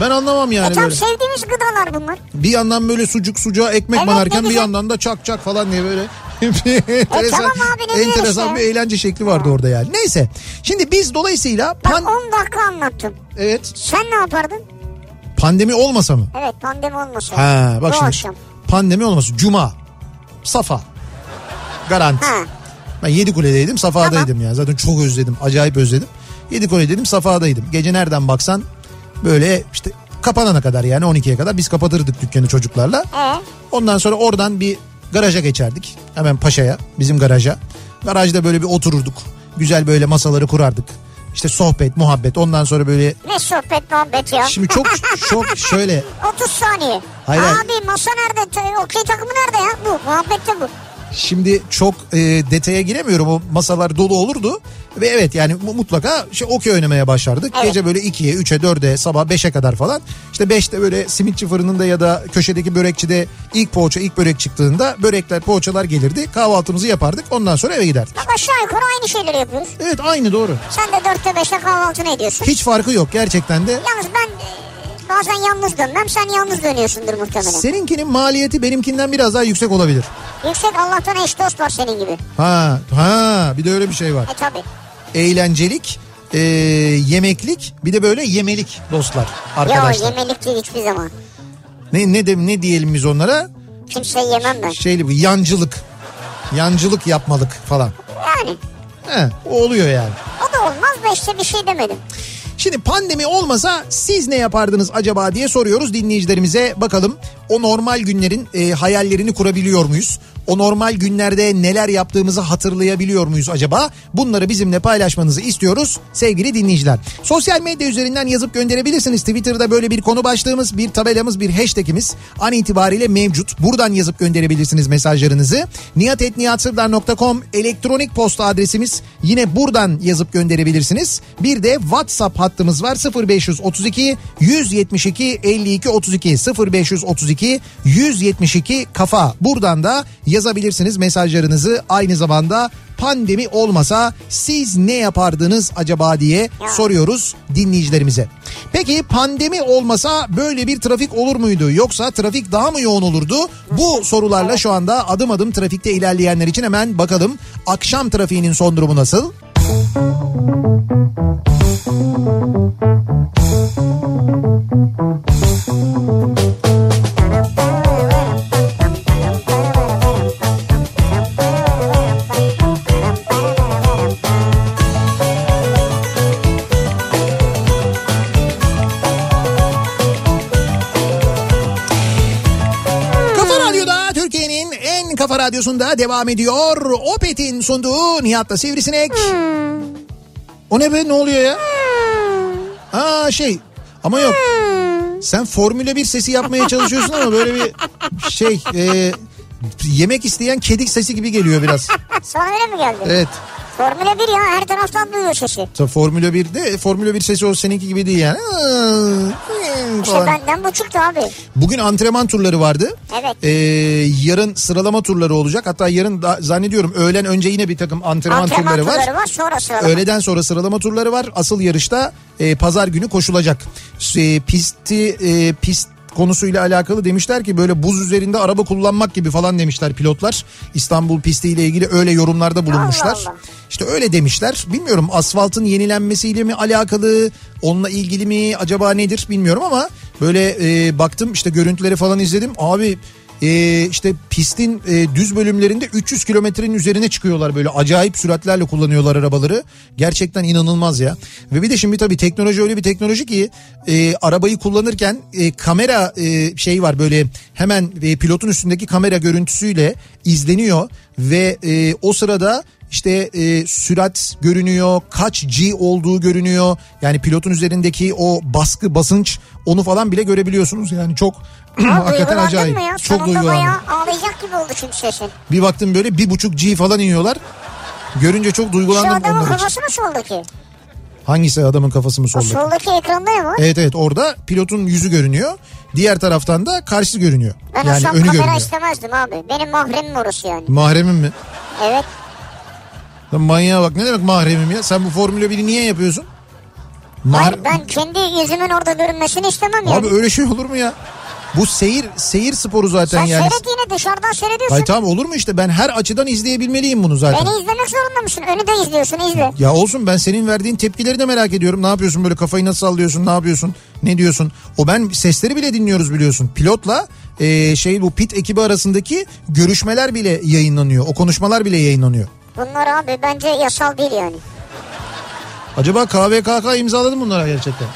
[SPEAKER 1] Ben anlamam
[SPEAKER 3] E
[SPEAKER 1] yani
[SPEAKER 3] tam
[SPEAKER 1] böyle.
[SPEAKER 3] sevdiğimiz gıdalar bunlar.
[SPEAKER 1] Bir yandan böyle sucuk sucuğa ekmek
[SPEAKER 3] Evet, ne
[SPEAKER 1] banarken bir
[SPEAKER 3] güzel. E,
[SPEAKER 1] yandan da çak çak falan diye böyle bir enteresan,
[SPEAKER 3] abi, ne güzel
[SPEAKER 1] enteresan
[SPEAKER 3] işte.
[SPEAKER 1] bir eğlence şekli vardı orada yani. Neyse şimdi biz dolayısıyla pan,
[SPEAKER 3] Bak 10 dakika anlattım.
[SPEAKER 1] evet,
[SPEAKER 3] Sen ne yapardın?
[SPEAKER 1] pandemi olmasa mı?
[SPEAKER 3] Evet pandemi olmasa.
[SPEAKER 1] Ha, bak
[SPEAKER 3] Bu
[SPEAKER 1] şimdi
[SPEAKER 3] akşam.
[SPEAKER 1] pandemi olmasa cuma safa garanti.
[SPEAKER 3] Ha.
[SPEAKER 1] Ben Yedikule'deydim Safa'daydım ya zaten çok özledim acayip özledim. Yedikoyu dedim safadaydım. Gece nereden baksan böyle işte kapanana kadar yani 12'ye kadar biz kapatırdık dükkanı çocuklarla.
[SPEAKER 3] Ee?
[SPEAKER 1] Ondan sonra oradan bir garaja geçerdik. Hemen Paşa'ya, bizim garaja. Garajda böyle bir otururduk. Güzel böyle masaları kurardık. İşte sohbet, muhabbet. Ondan sonra böyle
[SPEAKER 3] Ne sohbet muhabbet ya.
[SPEAKER 1] şimdi çok çok şöyle
[SPEAKER 3] 30 saniye.
[SPEAKER 1] Hayır, hayır.
[SPEAKER 3] Abi masa nerede? T- Okey takımı nerede ya? Bu muhabbet de bu.
[SPEAKER 1] şimdi çok e, detaya giremiyorum. O masalar dolu olurdu ve evet yani mu- mutlaka şey okey oynamaya başlardık.
[SPEAKER 3] Evet.
[SPEAKER 1] Gece böyle 2'ye, 3'e, 4'e, sabah 5'e kadar falan. İşte 5'te böyle simitçi fırınında ya da köşedeki börekçide ilk poğaça, ilk börek çıktığında börekler, poğaçalar gelirdi. Kahvaltımızı yapardık. Ondan sonra eve giderdik.
[SPEAKER 3] Bak aşağı yukarı aynı şeyleri yapıyoruz.
[SPEAKER 1] Evet aynı doğru.
[SPEAKER 3] Sen de 4'te 5'te kahvaltını ediyorsun.
[SPEAKER 1] Hiç farkı yok gerçekten de.
[SPEAKER 3] Yalnız ben e, bazen yalnız dönmem. Sen yalnız dönüyorsundur muhtemelen.
[SPEAKER 1] Seninkinin maliyeti benimkinden biraz daha yüksek olabilir.
[SPEAKER 3] Yüksek Allah'tan eş dost var senin gibi.
[SPEAKER 1] Ha ha bir de öyle bir şey var.
[SPEAKER 3] E tabi.
[SPEAKER 1] Eğlencelik, e, yemeklik, bir de böyle yemelik dostlar,
[SPEAKER 3] Yo
[SPEAKER 1] arkadaşlar.
[SPEAKER 3] yemelik değil hiçbir zaman.
[SPEAKER 1] ne ne de, ne diyelim biz onlara?
[SPEAKER 3] Kimseyi yemem ben.
[SPEAKER 1] Şeyli bu yancılık. Yancılık yapmalık falan.
[SPEAKER 3] Yani
[SPEAKER 1] He, o oluyor yani.
[SPEAKER 3] o da olmaz da işte bir şey demedim.
[SPEAKER 1] Şimdi pandemi olmasa siz ne yapardınız acaba diye soruyoruz dinleyicilerimize. Bakalım o normal günlerin e, hayallerini kurabiliyor muyuz? O normal günlerde neler yaptığımızı hatırlayabiliyor muyuz acaba? Bunları bizimle paylaşmanızı istiyoruz sevgili dinleyiciler. Sosyal medya üzerinden yazıp gönderebilirsiniz. Twitter'da böyle bir konu başlığımız, bir tabelamız, bir hashtagimiz an itibariyle mevcut. Buradan yazıp gönderebilirsiniz mesajlarınızı. niyatetniyatsırdar.com elektronik posta adresimiz yine buradan yazıp gönderebilirsiniz. Bir de WhatsApp hattımız var 0532 172 52 32 0532 172 kafa. Buradan da yazabilirsiniz mesajlarınızı aynı zamanda pandemi olmasa siz ne yapardınız acaba diye soruyoruz dinleyicilerimize. Peki pandemi olmasa böyle bir trafik olur muydu yoksa trafik daha mı yoğun olurdu? Bu sorularla şu anda adım adım trafikte ilerleyenler için hemen bakalım akşam trafiğinin son durumu nasıl? Kafa Radyo'da Türkiye'nin en kafa radyosunda devam ediyor. Opet'in sunduğu Nihat'la Sivrisinek. O ne be ne oluyor ya? Aa şey ama yok. Sen Formula 1 sesi yapmaya çalışıyorsun ama böyle bir şey e, yemek isteyen kedik sesi gibi geliyor biraz.
[SPEAKER 3] Sana öyle mi geldi?
[SPEAKER 1] Evet.
[SPEAKER 3] Formula 1 ya her taraftan duyuyor sesi.
[SPEAKER 1] Tabii Formula 1'de Formula 1 sesi o seninki gibi değil yani. Aa,
[SPEAKER 3] İşte
[SPEAKER 1] falan.
[SPEAKER 3] benden bu çıktı abi.
[SPEAKER 1] Bugün antrenman turları vardı.
[SPEAKER 3] Evet.
[SPEAKER 1] Ee, yarın sıralama turları olacak. Hatta yarın da, zannediyorum öğlen önce yine bir takım antrenman,
[SPEAKER 3] Antrenman
[SPEAKER 1] turları var.
[SPEAKER 3] turları var sonra sıralama.
[SPEAKER 1] Öğleden sonra sıralama turları var. Asıl yarışta e, pazar günü koşulacak. E, pisti e, pist konusuyla alakalı demişler ki böyle buz üzerinde araba kullanmak gibi falan demişler pilotlar. İstanbul pistiyle ilgili öyle yorumlarda bulunmuşlar.
[SPEAKER 3] Allah Allah.
[SPEAKER 1] İşte öyle demişler. Bilmiyorum asfaltın yenilenmesiyle mi alakalı, onunla ilgili mi acaba nedir bilmiyorum ama böyle e, baktım işte görüntüleri falan izledim. Abi e, işte pistin e, düz bölümlerinde 300 kilometrenin üzerine çıkıyorlar böyle acayip süratlerle kullanıyorlar arabaları. Gerçekten inanılmaz ya. Ve bir de şimdi tabii teknoloji öyle bir teknoloji ki e, arabayı kullanırken e, kamera e, şey var böyle hemen e, pilotun üstündeki kamera görüntüsüyle izleniyor ve e, o sırada işte e, sürat görünüyor, kaç G olduğu görünüyor. Yani pilotun üzerindeki o baskı, basınç onu falan bile görebiliyorsunuz. Yani çok hakikaten
[SPEAKER 3] Duygulandın
[SPEAKER 1] acayip.
[SPEAKER 3] mı ya?
[SPEAKER 1] Çok
[SPEAKER 3] Sonunda
[SPEAKER 1] duygulandım.
[SPEAKER 3] bayağı ağlayacak gibi oldu çünkü sesin.
[SPEAKER 1] Bir baktım böyle bir buçuk G falan iniyorlar. Görünce çok
[SPEAKER 3] Şu
[SPEAKER 1] duygulandım
[SPEAKER 3] adamın
[SPEAKER 1] onlar için.
[SPEAKER 3] kafası mı soldaki?
[SPEAKER 1] Hangisi adamın kafası mı
[SPEAKER 3] O
[SPEAKER 1] soldaki? E,
[SPEAKER 3] soldaki ekranda ne var?
[SPEAKER 1] Evet evet orada pilotun yüzü görünüyor. Diğer taraftan da karşısı görünüyor.
[SPEAKER 3] Ben
[SPEAKER 1] yani
[SPEAKER 3] olsam
[SPEAKER 1] önü
[SPEAKER 3] kamera
[SPEAKER 1] görünüyor.
[SPEAKER 3] istemezdim abi. Benim mahremim orası yani.
[SPEAKER 1] Mahremim mi?
[SPEAKER 3] Evet.
[SPEAKER 1] Lan manyağa bak ne demek mahremim ya? Sen bu Formula 1'i niye yapıyorsun? Mahr-
[SPEAKER 3] Hayır ben kendi yüzümün orada görünmesini istemem yani.
[SPEAKER 1] Abi öyle şey olur mu ya? Bu seyir seyir sporu zaten
[SPEAKER 3] Sen
[SPEAKER 1] yani.
[SPEAKER 3] seyret yine dışarıdan seyrediyorsun.
[SPEAKER 1] Hayır tamam olur mu işte ben her açıdan izleyebilmeliyim bunu zaten.
[SPEAKER 3] Beni izlemek zorunda mısın? Önü de izliyorsun izle.
[SPEAKER 1] Ya olsun ben senin verdiğin tepkileri de merak ediyorum. Ne yapıyorsun böyle kafayı nasıl sallıyorsun ne yapıyorsun ne diyorsun. O ben sesleri bile dinliyoruz biliyorsun. Pilotla e, şey bu pit ekibi arasındaki görüşmeler bile yayınlanıyor. O konuşmalar bile yayınlanıyor.
[SPEAKER 3] Bunlar abi bence yasal değil yani.
[SPEAKER 1] Acaba KVKK imzaladı mı bunlara gerçekten?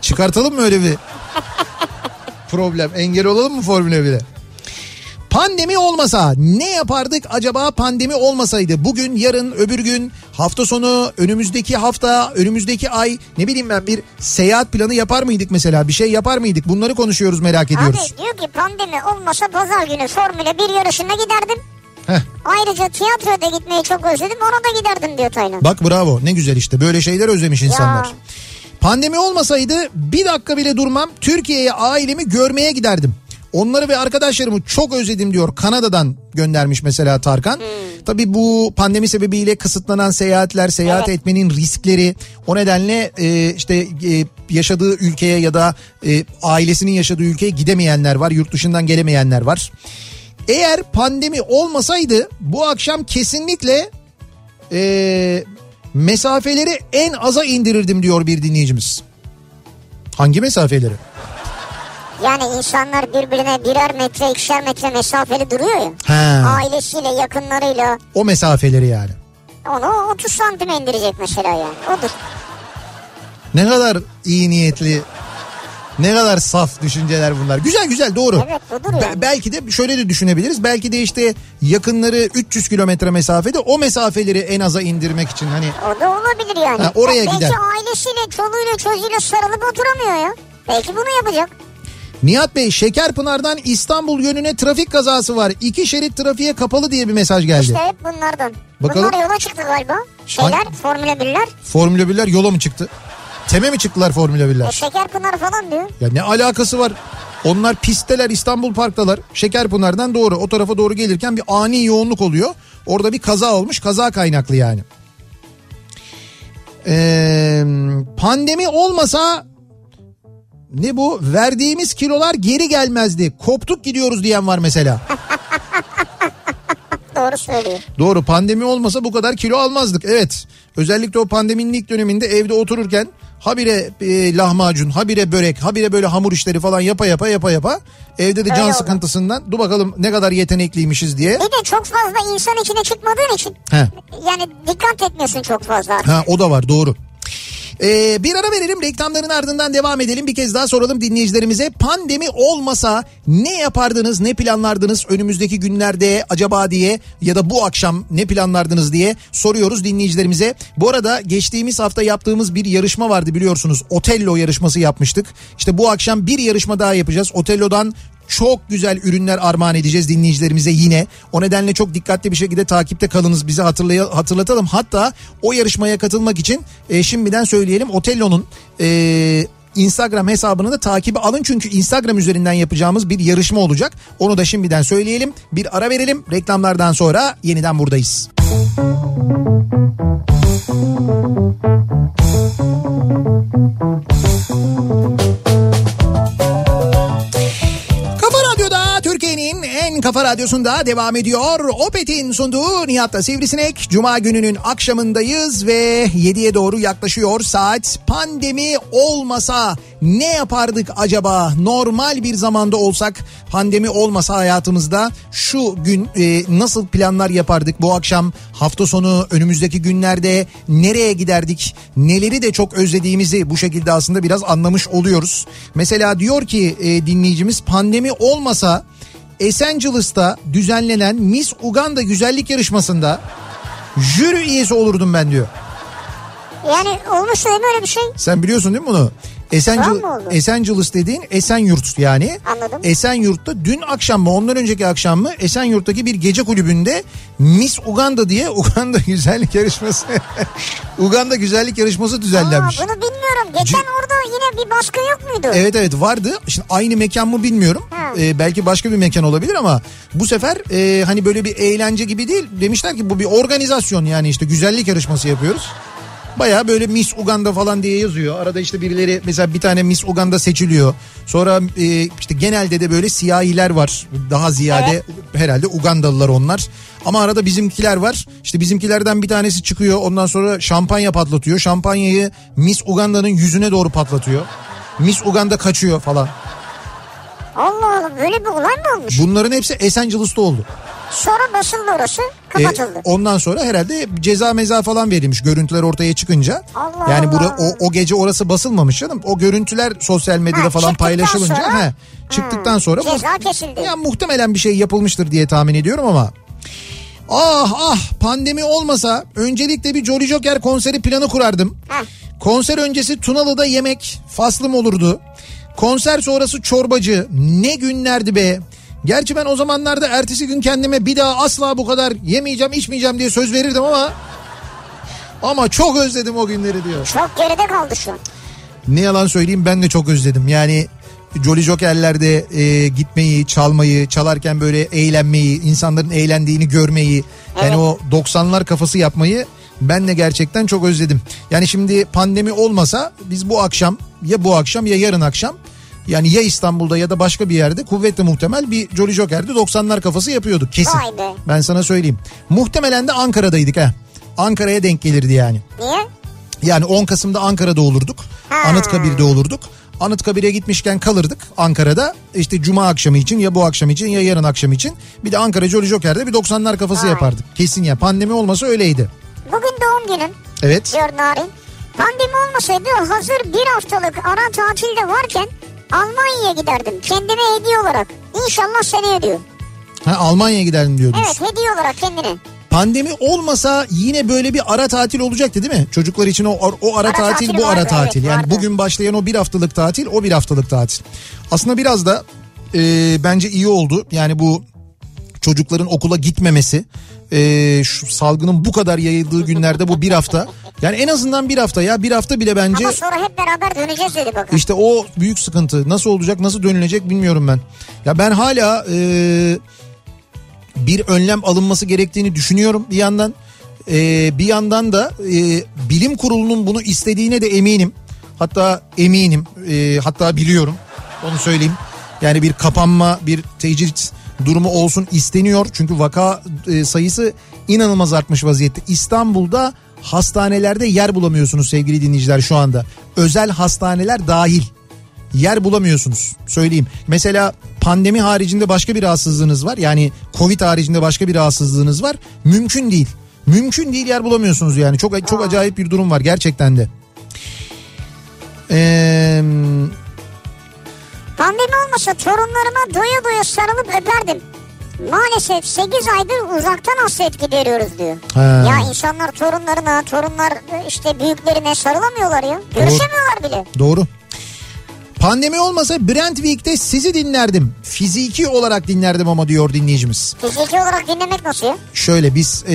[SPEAKER 1] Çıkartalım mı öyle bir problem? Engel olalım mı Formula 1'e? Pandemi olmasa ne yapardık acaba pandemi olmasaydı? Bugün, yarın, öbür gün, hafta sonu, önümüzdeki hafta, önümüzdeki ay ne bileyim ben bir seyahat planı yapar mıydık mesela? Bir şey yapar mıydık? Bunları konuşuyoruz merak ediyoruz.
[SPEAKER 3] Abi diyor ki pandemi olmasa pazar günü Formula 1 yarışına giderdim.
[SPEAKER 1] Heh.
[SPEAKER 3] Ayrıca tiyatroya da gitmeyi çok özledim ona da giderdim diyor Taylan.
[SPEAKER 1] Bak bravo ne güzel işte böyle şeyler özlemiş insanlar.
[SPEAKER 3] Ya.
[SPEAKER 1] Pandemi olmasaydı bir dakika bile durmam Türkiye'ye ailemi görmeye giderdim. Onları ve arkadaşlarımı çok özledim diyor Kanada'dan göndermiş mesela Tarkan.
[SPEAKER 3] Hmm.
[SPEAKER 1] Tabii bu pandemi sebebiyle kısıtlanan seyahatler, seyahat
[SPEAKER 3] Evet.
[SPEAKER 1] etmenin riskleri o nedenle e, işte e, yaşadığı ülkeye ya da e, ailesinin yaşadığı ülkeye gidemeyenler var, yurt dışından gelemeyenler var. Eğer pandemi olmasaydı bu akşam kesinlikle e, mesafeleri en aza indirirdim diyor bir dinleyicimiz. Hangi mesafeleri?
[SPEAKER 3] Yani insanlar birbirine birer metre ikişer metre mesafeli duruyor ya.
[SPEAKER 1] Ha,
[SPEAKER 3] Ailesiyle yakınlarıyla
[SPEAKER 1] o mesafeleri yani.
[SPEAKER 3] onu 30 santim indirecek mesela yani. Odur.
[SPEAKER 1] Ne kadar iyi niyetli, ne kadar saf düşünceler bunlar. Güzel güzel doğru.
[SPEAKER 3] Evet, budur yani.
[SPEAKER 1] belki de şöyle de düşünebiliriz. Belki de işte yakınları 300 kilometre mesafede o mesafeleri en aza indirmek için hani
[SPEAKER 3] O da olabilir yani.
[SPEAKER 1] Ha, oraya
[SPEAKER 3] belki
[SPEAKER 1] gider.
[SPEAKER 3] ailesiyle, çoluğuyla, çocuğuyla sarılıp oturamıyor ya. Belki bunu yapacak.
[SPEAKER 1] Nihat Bey Şekerpınar'dan İstanbul yönüne trafik kazası var. İki şerit trafiğe kapalı diye bir mesaj geldi.
[SPEAKER 3] İşte hep bunlardan.
[SPEAKER 1] Bakalım.
[SPEAKER 3] Bunlar yola çıktı galiba. Şeyler,
[SPEAKER 1] Hangi-
[SPEAKER 3] Formula 1'ler.
[SPEAKER 1] Formula 1'ler yola mı çıktı? Teme mi çıktılar Formula
[SPEAKER 3] E,
[SPEAKER 1] 1'ler?
[SPEAKER 3] Şekerpınar falan diyor.
[SPEAKER 1] Ya ne alakası var? Onlar pistteler İstanbul Park'talar. Şekerpınar'dan doğru o tarafa doğru gelirken bir ani yoğunluk oluyor. Orada bir kaza olmuş kaza kaynaklı yani. Ee, pandemi olmasa ne bu verdiğimiz kilolar geri gelmezdi. Koptuk gidiyoruz diyen var mesela.
[SPEAKER 3] Doğru söylüyor.
[SPEAKER 1] Doğru pandemi olmasa bu kadar kilo almazdık. Evet özellikle o pandeminin ilk döneminde evde otururken habire e, lahmacun, habire börek, habire böyle hamur işleri falan yapa yapa yapa yapa evde de can
[SPEAKER 3] oldu.
[SPEAKER 1] sıkıntısından dur bakalım ne kadar yetenekliymişiz diye.
[SPEAKER 3] Bir de çok fazla insan içine çıkmadığın için
[SPEAKER 1] He.
[SPEAKER 3] yani dikkat etmiyorsun çok fazla.
[SPEAKER 1] Ha o da var doğru. Ee, bir ara verelim reklamların ardından devam edelim. Bir kez daha soralım dinleyicilerimize. Pandemi olmasa ne yapardınız, ne planlardınız önümüzdeki günlerde acaba diye ya da bu akşam ne planlardınız diye soruyoruz dinleyicilerimize. Bu arada geçtiğimiz hafta yaptığımız bir yarışma vardı biliyorsunuz. Otello yarışması yapmıştık. İşte bu akşam bir yarışma daha yapacağız. Otello'dan çok güzel ürünler armağan edeceğiz dinleyicilerimize yine. O nedenle çok dikkatli bir şekilde takipte kalınız. Bizi hatırlay- hatırlatalım. Hatta o yarışmaya katılmak için e, şimdiden söyleyelim Otello'nun e, Instagram hesabını da takibi alın. Çünkü Instagram üzerinden yapacağımız bir yarışma olacak. Onu da şimdiden söyleyelim. Bir ara verelim. Reklamlardan sonra yeniden buradayız. Kafa Radyo'da Türkiye'nin en kafa radyosunda devam ediyor. Opet'in sunduğu Nihat'la Sivrisinek. Cuma gününün akşamındayız ve 7'ye doğru yaklaşıyor saat. Pandemi olmasa ne yapardık acaba? Normal bir zamanda olsak pandemi olmasa hayatımızda şu gün e, nasıl planlar yapardık? Bu akşam hafta sonu önümüzdeki günlerde nereye giderdik? Neleri de çok özlediğimizi bu şekilde aslında biraz anlamış oluyoruz. Mesela diyor ki e, dinleyicimiz pandemi olmasa Esencilis'ta düzenlenen Miss Uganda güzellik yarışmasında jüri üyesi olurdum ben diyor.
[SPEAKER 3] Yani olmuştu değil mi öyle bir şey?
[SPEAKER 1] Sen biliyorsun değil mi bunu?
[SPEAKER 3] Ben
[SPEAKER 1] Esencil,
[SPEAKER 3] mi oldum?
[SPEAKER 1] Esencilis dediğin Esenyurt yani.
[SPEAKER 3] Anladım.
[SPEAKER 1] Esenyurt'ta dün akşam mı ondan önceki akşam mı Esenyurt'taki bir gece kulübünde Miss Uganda diye Uganda güzellik yarışması Uganda güzellik yarışması
[SPEAKER 3] Aa,
[SPEAKER 1] düzenlenmiş.
[SPEAKER 3] bunu bilmiyorum. Geçen orada yine bir baskın yok muydu?
[SPEAKER 1] Evet evet vardı. Şimdi aynı mekan mı bilmiyorum.
[SPEAKER 3] Ha.
[SPEAKER 1] Ee, belki başka bir mekan olabilir ama bu sefer e, hani böyle bir eğlence gibi değil. Demişler ki bu bir organizasyon yani işte güzellik yarışması yapıyoruz. Baya böyle Miss Uganda falan diye yazıyor. Arada işte birileri mesela bir tane Miss Uganda seçiliyor. Sonra e, işte genelde de böyle siyahiler var. Daha ziyade herhalde Ugandalılar onlar. Ama arada bizimkiler var. İşte bizimkilerden bir tanesi çıkıyor. Ondan sonra şampanya patlatıyor. Şampanyayı Miss Uganda'nın yüzüne doğru patlatıyor. Miss Uganda kaçıyor falan.
[SPEAKER 3] Allah Allah böyle bir olay mı olmuş?
[SPEAKER 1] Bunların hepsi Esencilis'te oldu.
[SPEAKER 3] Sonra basıldı orası kapatıldı.
[SPEAKER 1] E, ondan sonra herhalde ceza meza falan verilmiş görüntüler oraya çıkınca.
[SPEAKER 3] Allah
[SPEAKER 1] yani
[SPEAKER 3] Allah.
[SPEAKER 1] bura o, o gece orası basılmamış canım. O görüntüler sosyal medyada
[SPEAKER 3] Ha,
[SPEAKER 1] falan
[SPEAKER 3] çıktıktan
[SPEAKER 1] paylaşılınca
[SPEAKER 3] sonra- Hmm.
[SPEAKER 1] he, çıktıktan sonra bu-
[SPEAKER 3] Ceza kesildi.
[SPEAKER 1] ya muhtemelen bir şey yapılmıştır diye tahmin ediyorum ama. Ah ah pandemi olmasa öncelikle bir Jolly Joker konseri planı kurardım.
[SPEAKER 3] Heh.
[SPEAKER 1] Konser öncesi Tunalı'da yemek faslım olurdu. Konser sonrası çorbacı ne günlerdi be. Gerçi ben o zamanlarda ertesi gün kendime bir daha asla bu kadar yemeyeceğim içmeyeceğim diye söz verirdim ama ama çok özledim o günleri diyor.
[SPEAKER 3] Çok geride kaldı şu an.
[SPEAKER 1] Ne yalan söyleyeyim ben de çok özledim. Yani Jolly Joker'lerde e, gitmeyi, çalmayı, çalarken böyle eğlenmeyi, insanların eğlendiğini görmeyi, yani o 90'lar kafası yapmayı ben de gerçekten çok özledim. Yani şimdi pandemi olmasa biz bu akşam ya bu akşam ya yarın akşam yani ya İstanbul'da ya da başka bir yerde kuvvetle muhtemel bir Jolly Joker'de 90'lar kafası yapıyorduk kesin.
[SPEAKER 3] Vay be.
[SPEAKER 1] Ben sana söyleyeyim. Muhtemelen de Ankara'daydık ha. Ankara'ya denk gelirdi yani.
[SPEAKER 3] Niye?
[SPEAKER 1] Yani 10 Kasım'da Ankara'da olurduk.
[SPEAKER 3] Ha.
[SPEAKER 1] Anıtkabir'de olurduk. Anıtkabir'e gitmişken kalırdık Ankara'da. İşte cuma akşamı için ya bu akşam için ya yarın akşam için. Bir de Ankara Jolly Joker'de bir 90'lar kafası
[SPEAKER 3] Vay.
[SPEAKER 1] yapardık. Kesin ya pandemi olmasa öyleydi.
[SPEAKER 3] Bugün doğum günüm
[SPEAKER 1] Evet.
[SPEAKER 3] diyor Narin. Pandemi olmasaydı hazır bir haftalık ara tatilde varken Almanya'ya giderdim kendime hediye olarak. İnşallah seneye diyor.
[SPEAKER 1] Ha, Almanya'ya giderdim diyordunuz.
[SPEAKER 3] Evet hediye olarak kendine.
[SPEAKER 1] Pandemi olmasa yine böyle bir ara tatil olacaktı değil mi? Çocuklar için o, o ara,
[SPEAKER 3] Ara
[SPEAKER 1] tatil,
[SPEAKER 3] tatil
[SPEAKER 1] bu ara
[SPEAKER 3] vardı,
[SPEAKER 1] tatil.
[SPEAKER 3] evet,
[SPEAKER 1] yani
[SPEAKER 3] vardı.
[SPEAKER 1] bugün başlayan o bir haftalık tatil o bir haftalık tatil. Aslında biraz da e, bence iyi oldu. Yani bu çocukların okula gitmemesi e, şu salgının bu kadar yayıldığı günlerde bu bir hafta. Yani en azından bir hafta ya bir hafta bile bence
[SPEAKER 3] Ama sonra hep beraber döneceğiz dedi bakın.
[SPEAKER 1] işte o büyük sıkıntı. Nasıl olacak, nasıl dönülecek bilmiyorum ben. Ya ben hala e, bir önlem alınması gerektiğini düşünüyorum bir yandan. E, bir yandan da e, bilim kurulunun bunu istediğine de eminim. Hatta eminim, e, hatta biliyorum. Onu söyleyeyim. Yani bir kapanma, bir tecrit durumu olsun isteniyor. Çünkü vaka e, sayısı inanılmaz artmış vaziyette. İstanbul'da hastanelerde yer bulamıyorsunuz sevgili dinleyiciler şu anda. Özel hastaneler dahil yer bulamıyorsunuz söyleyeyim. Mesela pandemi haricinde başka bir rahatsızlığınız var. Yani Covid haricinde başka bir rahatsızlığınız var. Mümkün değil. Mümkün değil yer bulamıyorsunuz yani. Çok çok acayip bir durum var gerçekten de. Ee,
[SPEAKER 3] Pandemi olmasa torunlarıma doya doya sarılıp öperdim. Maalesef 8 aydır uzaktan hasret gideriyoruz diyor.
[SPEAKER 1] He.
[SPEAKER 3] Ya insanlar torunlarına, torunlar işte büyüklerine sarılamıyorlar ya. Görüşemiyorlar bile.
[SPEAKER 1] doğru. Pandemi olmasa Brent Week'te sizi dinlerdim. Fiziki olarak dinlerdim ama diyor dinleyicimiz.
[SPEAKER 3] Fiziki olarak dinlemek nasıl ya?
[SPEAKER 1] Şöyle biz e,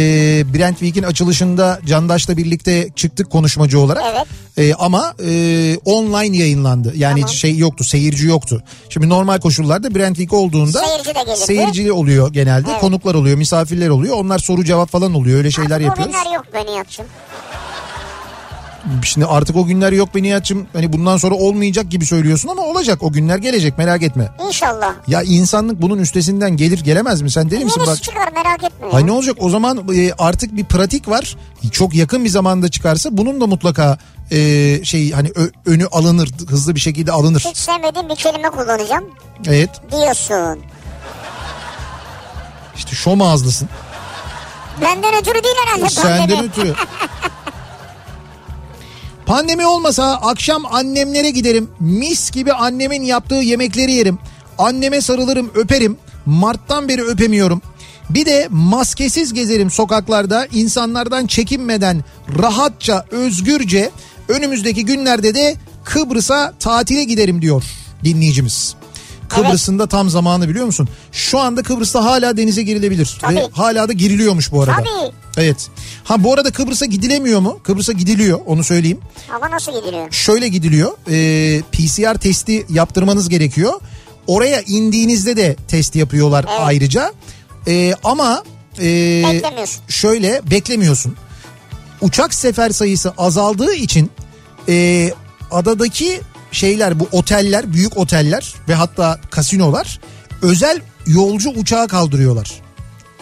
[SPEAKER 1] Brent Week'in açılışında Candaş'la birlikte çıktık konuşmacı olarak.
[SPEAKER 3] Evet.
[SPEAKER 1] E, ama e, online yayınlandı. Yani şey yoktu, seyirci yoktu. Şimdi normal koşullarda Brent Week olduğunda
[SPEAKER 3] Seyirci de gelirdi.
[SPEAKER 1] seyirci oluyor genelde. Konuklar oluyor, misafirler oluyor. Onlar soru cevap falan oluyor. Öyle şeyler
[SPEAKER 3] Artık
[SPEAKER 1] yapıyoruz.
[SPEAKER 3] O günler yok beni yapacağım.
[SPEAKER 1] Şimdi artık o günler yok be Nihat'cığım. Hani bundan sonra olmayacak gibi söylüyorsun ama olacak. O günler gelecek merak etme.
[SPEAKER 3] İnşallah.
[SPEAKER 1] Ya insanlık bunun üstesinden gelir gelemez mi? Sen deli misin?
[SPEAKER 3] Yenisi
[SPEAKER 1] Bak
[SPEAKER 3] çıkar merak etme. ya.
[SPEAKER 1] Ay ne olacak o zaman e, artık bir pratik var. Çok yakın bir zamanda çıkarsa bunun da mutlaka e, şey hani ö- önü alınır hızlı bir şekilde alınır.
[SPEAKER 3] Hiç sevmediğim bir kelime kullanacağım.
[SPEAKER 1] Evet
[SPEAKER 3] Diyorsun.
[SPEAKER 1] işte şom ağızlısın.
[SPEAKER 3] Benden ötürü değil herhalde
[SPEAKER 1] Senden
[SPEAKER 3] pandemi.
[SPEAKER 1] ötürü. Pandemi olmasa akşam annemlere giderim. Mis gibi annemin yaptığı yemekleri yerim. Anneme sarılırım öperim. Mart'tan beri öpemiyorum. Bir de maskesiz gezerim sokaklarda insanlardan çekinmeden rahatça özgürce önümüzdeki günlerde de Kıbrıs'a tatile giderim diyor dinleyicimiz. Kıbrıs'ın da tam zamanı biliyor musun? Şu anda Kıbrıs'ta hala denize girilebilir. Ve
[SPEAKER 3] Tabii.
[SPEAKER 1] hala da giriliyormuş bu arada.
[SPEAKER 3] Tabii.
[SPEAKER 1] Evet. Ha bu arada Kıbrıs'a gidilemiyor mu? Kıbrıs'a gidiliyor onu söyleyeyim.
[SPEAKER 3] Ama nasıl gidiliyor?
[SPEAKER 1] Şöyle gidiliyor. e, PCR testi yaptırmanız gerekiyor. Oraya indiğinizde de test yapıyorlar ayrıca. E, ama e,
[SPEAKER 3] Beklemiyorsun.
[SPEAKER 1] şöyle beklemiyorsun. Uçak sefer sayısı azaldığı için e, adadaki şeyler bu oteller büyük oteller ve hatta kasinolar özel yolcu uçağı kaldırıyorlar.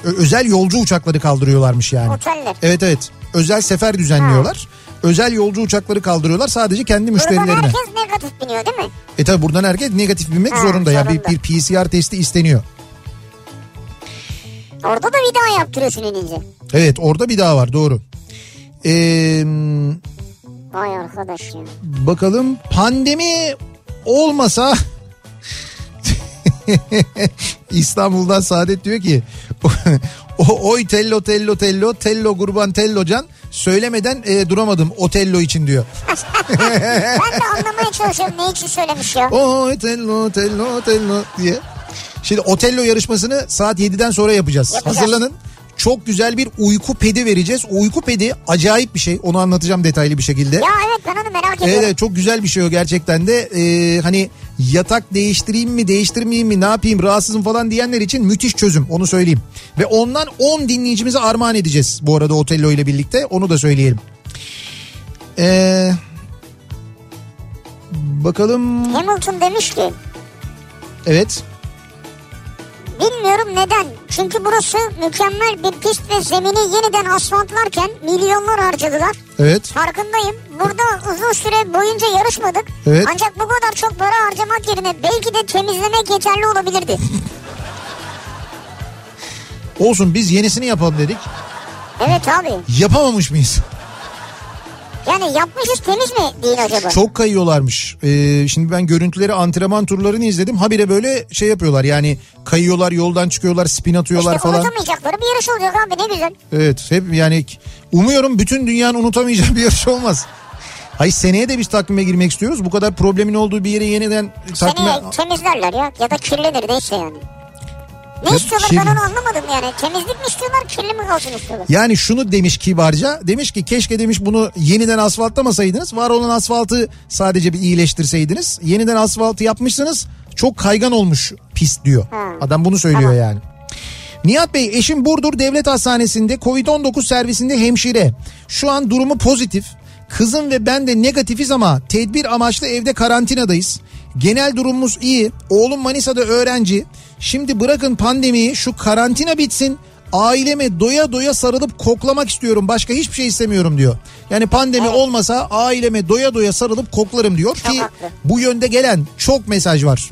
[SPEAKER 1] Ö- özel yolcu uçakları kaldırıyorlarmış yani.
[SPEAKER 3] Oteller.
[SPEAKER 1] Evet evet. Özel sefer düzenliyorlar. Özel yolcu uçakları kaldırıyorlar sadece kendi
[SPEAKER 3] Buradan
[SPEAKER 1] müşterilerine.
[SPEAKER 3] herkes negatif biniyor değil mi?
[SPEAKER 1] E tabi buradan herkes negatif binmek
[SPEAKER 3] Ha,
[SPEAKER 1] zorunda ya. Bir,
[SPEAKER 3] zorunda.
[SPEAKER 1] bir PCR testi isteniyor.
[SPEAKER 3] Orada da vida yaptırıyorsun inince.
[SPEAKER 1] Evet orada bir daha var doğru. Ee,
[SPEAKER 3] Vay arkadaş ya.
[SPEAKER 1] bakalım pandemi olmasa İstanbul'dan Saadet diyor ki o oy tello tello tello tello kurban tello can söylemeden e, duramadım otello için diyor.
[SPEAKER 3] Ben de anlamaya çalışıyorum ne için söylemiş ya.
[SPEAKER 1] Oy tello tello tello diye. Şimdi Otello yarışmasını saat 7'den sonra yapacağız.
[SPEAKER 3] Yapacağız.
[SPEAKER 1] Hazırlanın. Çok güzel bir uyku pedi vereceğiz. Uyku pedi acayip bir şey. Onu anlatacağım detaylı bir şekilde.
[SPEAKER 3] Ya evet ben onu merak
[SPEAKER 1] Evet,
[SPEAKER 3] ediyorum.
[SPEAKER 1] evet, çok güzel bir şey o gerçekten de. Ee, hani yatak değiştireyim mi değiştirmeyeyim mi ne yapayım rahatsızım falan diyenler için müthiş çözüm onu söyleyeyim. Ve ondan 10 dinleyicimize armağan edeceğiz bu arada Otello ile birlikte onu da söyleyelim. Ee, bakalım
[SPEAKER 3] Hamilton demiş ki
[SPEAKER 1] evet.
[SPEAKER 3] bilmiyorum neden. Çünkü burası mükemmel bir pist ve zemini yeniden asfaltlarken milyonlar harcadılar.
[SPEAKER 1] Evet.
[SPEAKER 3] Farkındayım. Burada uzun süre boyunca yarışmadık.
[SPEAKER 1] Evet.
[SPEAKER 3] Ancak bu kadar çok para harcamak yerine belki de temizlemek yeterli olabilirdi.
[SPEAKER 1] Olsun biz yenisini yapalım dedik.
[SPEAKER 3] evet abi.
[SPEAKER 1] Yapamamış mıyız?
[SPEAKER 3] Yani yapmışız temiz mi değil acaba?
[SPEAKER 1] Çok kayıyorlarmış. Ee, şimdi ben görüntüleri antrenman turlarını izledim. Habire böyle şey yapıyorlar yani kayıyorlar yoldan çıkıyorlar spin atıyorlar
[SPEAKER 3] işte
[SPEAKER 1] falan.
[SPEAKER 3] unutamayacakları bir yarış olacak abi ne güzel.
[SPEAKER 1] Evet hep yani umuyorum bütün dünyanın unutamayacağı bir yarış olmaz. Hayır seneye de biz takvime girmek istiyoruz. Bu kadar problemin olduğu bir yere yeniden takvime...
[SPEAKER 3] Seni temizlerler ya ya da kirlenir neyse yani. Ne
[SPEAKER 1] Ya
[SPEAKER 3] istiyorlar
[SPEAKER 1] kirli-
[SPEAKER 3] ben onu anlamadım yani. Temizlik mi istiyorlar kirli mi kalsın istiyorlar.
[SPEAKER 1] Yani şunu demiş kibarca demiş ki keşke demiş bunu yeniden asfaltlamasaydınız var olan asfaltı sadece bir iyileştirseydiniz yeniden asfaltı yapmışsınız çok kaygan olmuş pis diyor adam bunu söylüyor yani. Nihat Bey eşim Burdur Devlet Hastanesi'nde Covid-19 servisinde hemşire. Şu an durumu pozitif. Kızım ve ben de negatifiz ama tedbir amaçlı evde karantinadayız. Genel durumumuz iyi. Oğlum Manisa'da öğrenci. Şimdi bırakın pandemiyi şu karantina bitsin. Aileme doya doya sarılıp koklamak istiyorum. Başka hiçbir şey istemiyorum diyor. Yani pandemi olmasa aileme doya doya sarılıp koklarım diyor ki
[SPEAKER 3] haklı.
[SPEAKER 1] bu yönde gelen çok mesaj var.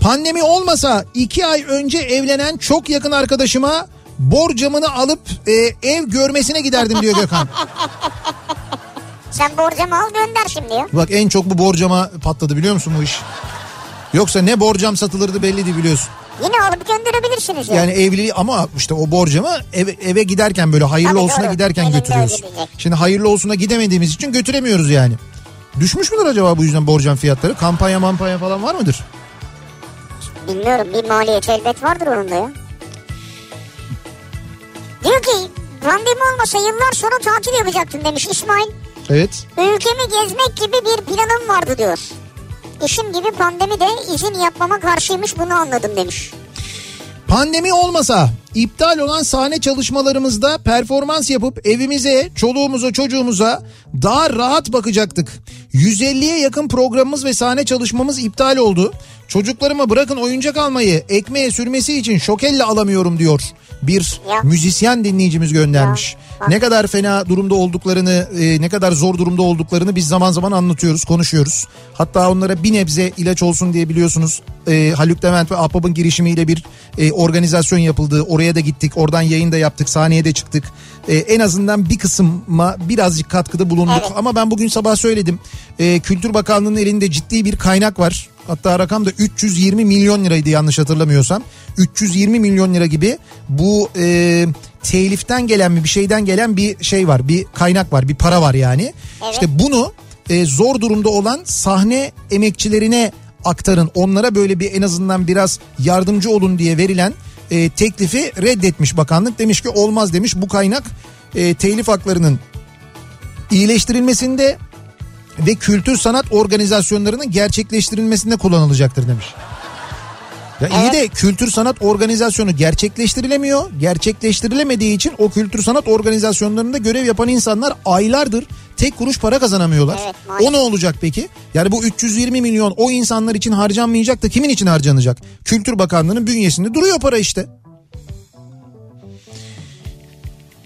[SPEAKER 1] Pandemi olmasa iki ay önce evlenen çok yakın arkadaşıma borcamını alıp e, ev görmesine giderdim diyor Gökhan.
[SPEAKER 3] Sen borcamı al gönder şimdi ya.
[SPEAKER 1] Bak en çok bu borcama patladı biliyor musun bu iş? Yoksa ne borcam satılırdı belli değil biliyorsun.
[SPEAKER 3] Yine alıp gönderebilirsiniz ya.
[SPEAKER 1] Yani evliliği ama işte o borcamı eve, eve giderken böyle hayırlı
[SPEAKER 3] Tabii
[SPEAKER 1] olsuna
[SPEAKER 3] doğru.
[SPEAKER 1] giderken
[SPEAKER 3] Elinde
[SPEAKER 1] götürüyoruz.
[SPEAKER 3] ödeyecek.
[SPEAKER 1] Şimdi hayırlı olsuna gidemediğimiz için götüremiyoruz yani. Düşmüş müdür acaba bu yüzden borcam fiyatları? Kampanya mampanya falan var mıdır?
[SPEAKER 3] Bilmiyorum bir maliyet elbet vardır onun da ya. Diyor ki pandemi olmasa yıllar sonra tatil yapacaktım demiş İsmail.
[SPEAKER 1] Evet.
[SPEAKER 3] Ülkemi gezmek gibi bir planım vardı diyor. İşim gibi pandemi de izin yapmama karşıymış bunu anladım demiş.
[SPEAKER 1] Pandemi olmasa iptal olan sahne çalışmalarımızda performans yapıp evimize, çoluğumuza, çocuğumuza daha rahat bakacaktık. 150'ye yakın programımız ve sahne çalışmamız iptal oldu. Çocuklarıma bırakın oyuncak almayı, ekmeğe sürmesi için şokelle alamıyorum diyor. Bir
[SPEAKER 3] Ya.
[SPEAKER 1] müzisyen dinleyicimiz göndermiş.
[SPEAKER 3] Ya, bak.
[SPEAKER 1] Ne kadar fena durumda olduklarını, e, ne kadar zor durumda olduklarını biz zaman zaman anlatıyoruz, konuşuyoruz. Hatta onlara bir nebze ilaç olsun diye biliyorsunuz. e, Haluk Levent ve Ahbap'ın girişimiyle bir e, organizasyon yapıldı. Oraya da gittik, oradan yayın da yaptık, sahneye de çıktık. E, en azından bir kısma birazcık katkıda bulunduk.
[SPEAKER 3] Evet.
[SPEAKER 1] Ama ben bugün sabah söyledim. E, Kültür Bakanlığı'nın elinde ciddi bir kaynak var. Hatta rakam da 320 milyon liraydı yanlış hatırlamıyorsam. 320 milyon lira gibi bu e, teliften gelen mi bir şeyden gelen bir şey var. Bir kaynak var bir para var yani. İşte bunu e, zor durumda olan sahne emekçilerine aktarın. Onlara böyle bir en azından biraz yardımcı olun diye verilen e, teklifi reddetmiş bakanlık. Demiş ki olmaz demiş bu kaynak e, telif haklarının iyileştirilmesinde ve kültür sanat organizasyonlarının gerçekleştirilmesinde kullanılacaktır demiş. Ya iyi de kültür sanat organizasyonu gerçekleştirilemiyor. Gerçekleştirilemediği için o kültür sanat organizasyonlarında görev yapan insanlar aylardır tek kuruş para kazanamıyorlar.
[SPEAKER 3] Evet,
[SPEAKER 1] o
[SPEAKER 3] maalesef.
[SPEAKER 1] ne olacak peki? Yani bu 320 milyon o insanlar için harcanmayacak da kimin için harcanacak? Kültür Bakanlığı'nın bünyesinde duruyor para işte.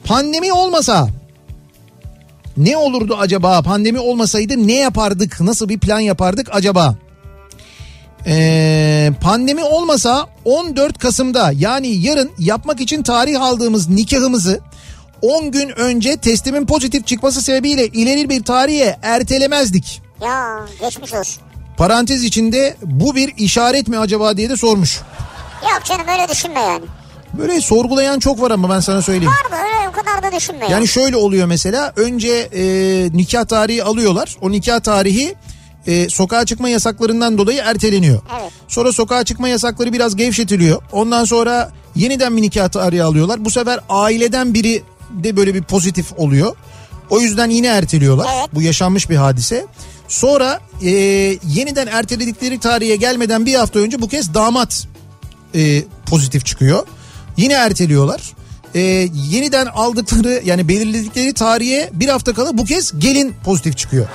[SPEAKER 1] Pandemi olmasa ne olurdu acaba? Pandemi olmasaydı ne yapardık? Nasıl bir plan yapardık acaba? Ee, pandemi olmasa 14 Kasım'da yani yarın yapmak için tarih aldığımız nikahımızı 10 gün önce testimin pozitif çıkması sebebiyle ileri bir tarihe ertelemezdik.
[SPEAKER 3] Ya geçmiş olsun.
[SPEAKER 1] Parantez içinde bu bir işaret mi acaba diye de sormuş.
[SPEAKER 3] Yok canım öyle düşünme yani.
[SPEAKER 1] Böyle sorgulayan çok var ama ben sana söyleyeyim.
[SPEAKER 3] Var mı öyle o kadar da düşünme yani.
[SPEAKER 1] Yani şöyle oluyor mesela önce e, nikah tarihi alıyorlar. O nikah tarihi e, sokağa çıkma yasaklarından dolayı erteleniyor.
[SPEAKER 3] Evet.
[SPEAKER 1] Sonra sokağa çıkma yasakları biraz gevşetiliyor. Ondan sonra yeniden bir nikah tarihi alıyorlar. Bu sefer aileden biri de böyle bir pozitif oluyor. O yüzden yine erteliyorlar.
[SPEAKER 3] Evet.
[SPEAKER 1] Bu yaşanmış bir hadise. Sonra e, yeniden erteledikleri tarihe gelmeden bir hafta önce bu kez damat e, pozitif çıkıyor. Yine erteliyorlar. E, yeniden aldıkları yani belirledikleri tarihe bir hafta kala bu kez gelin pozitif çıkıyor.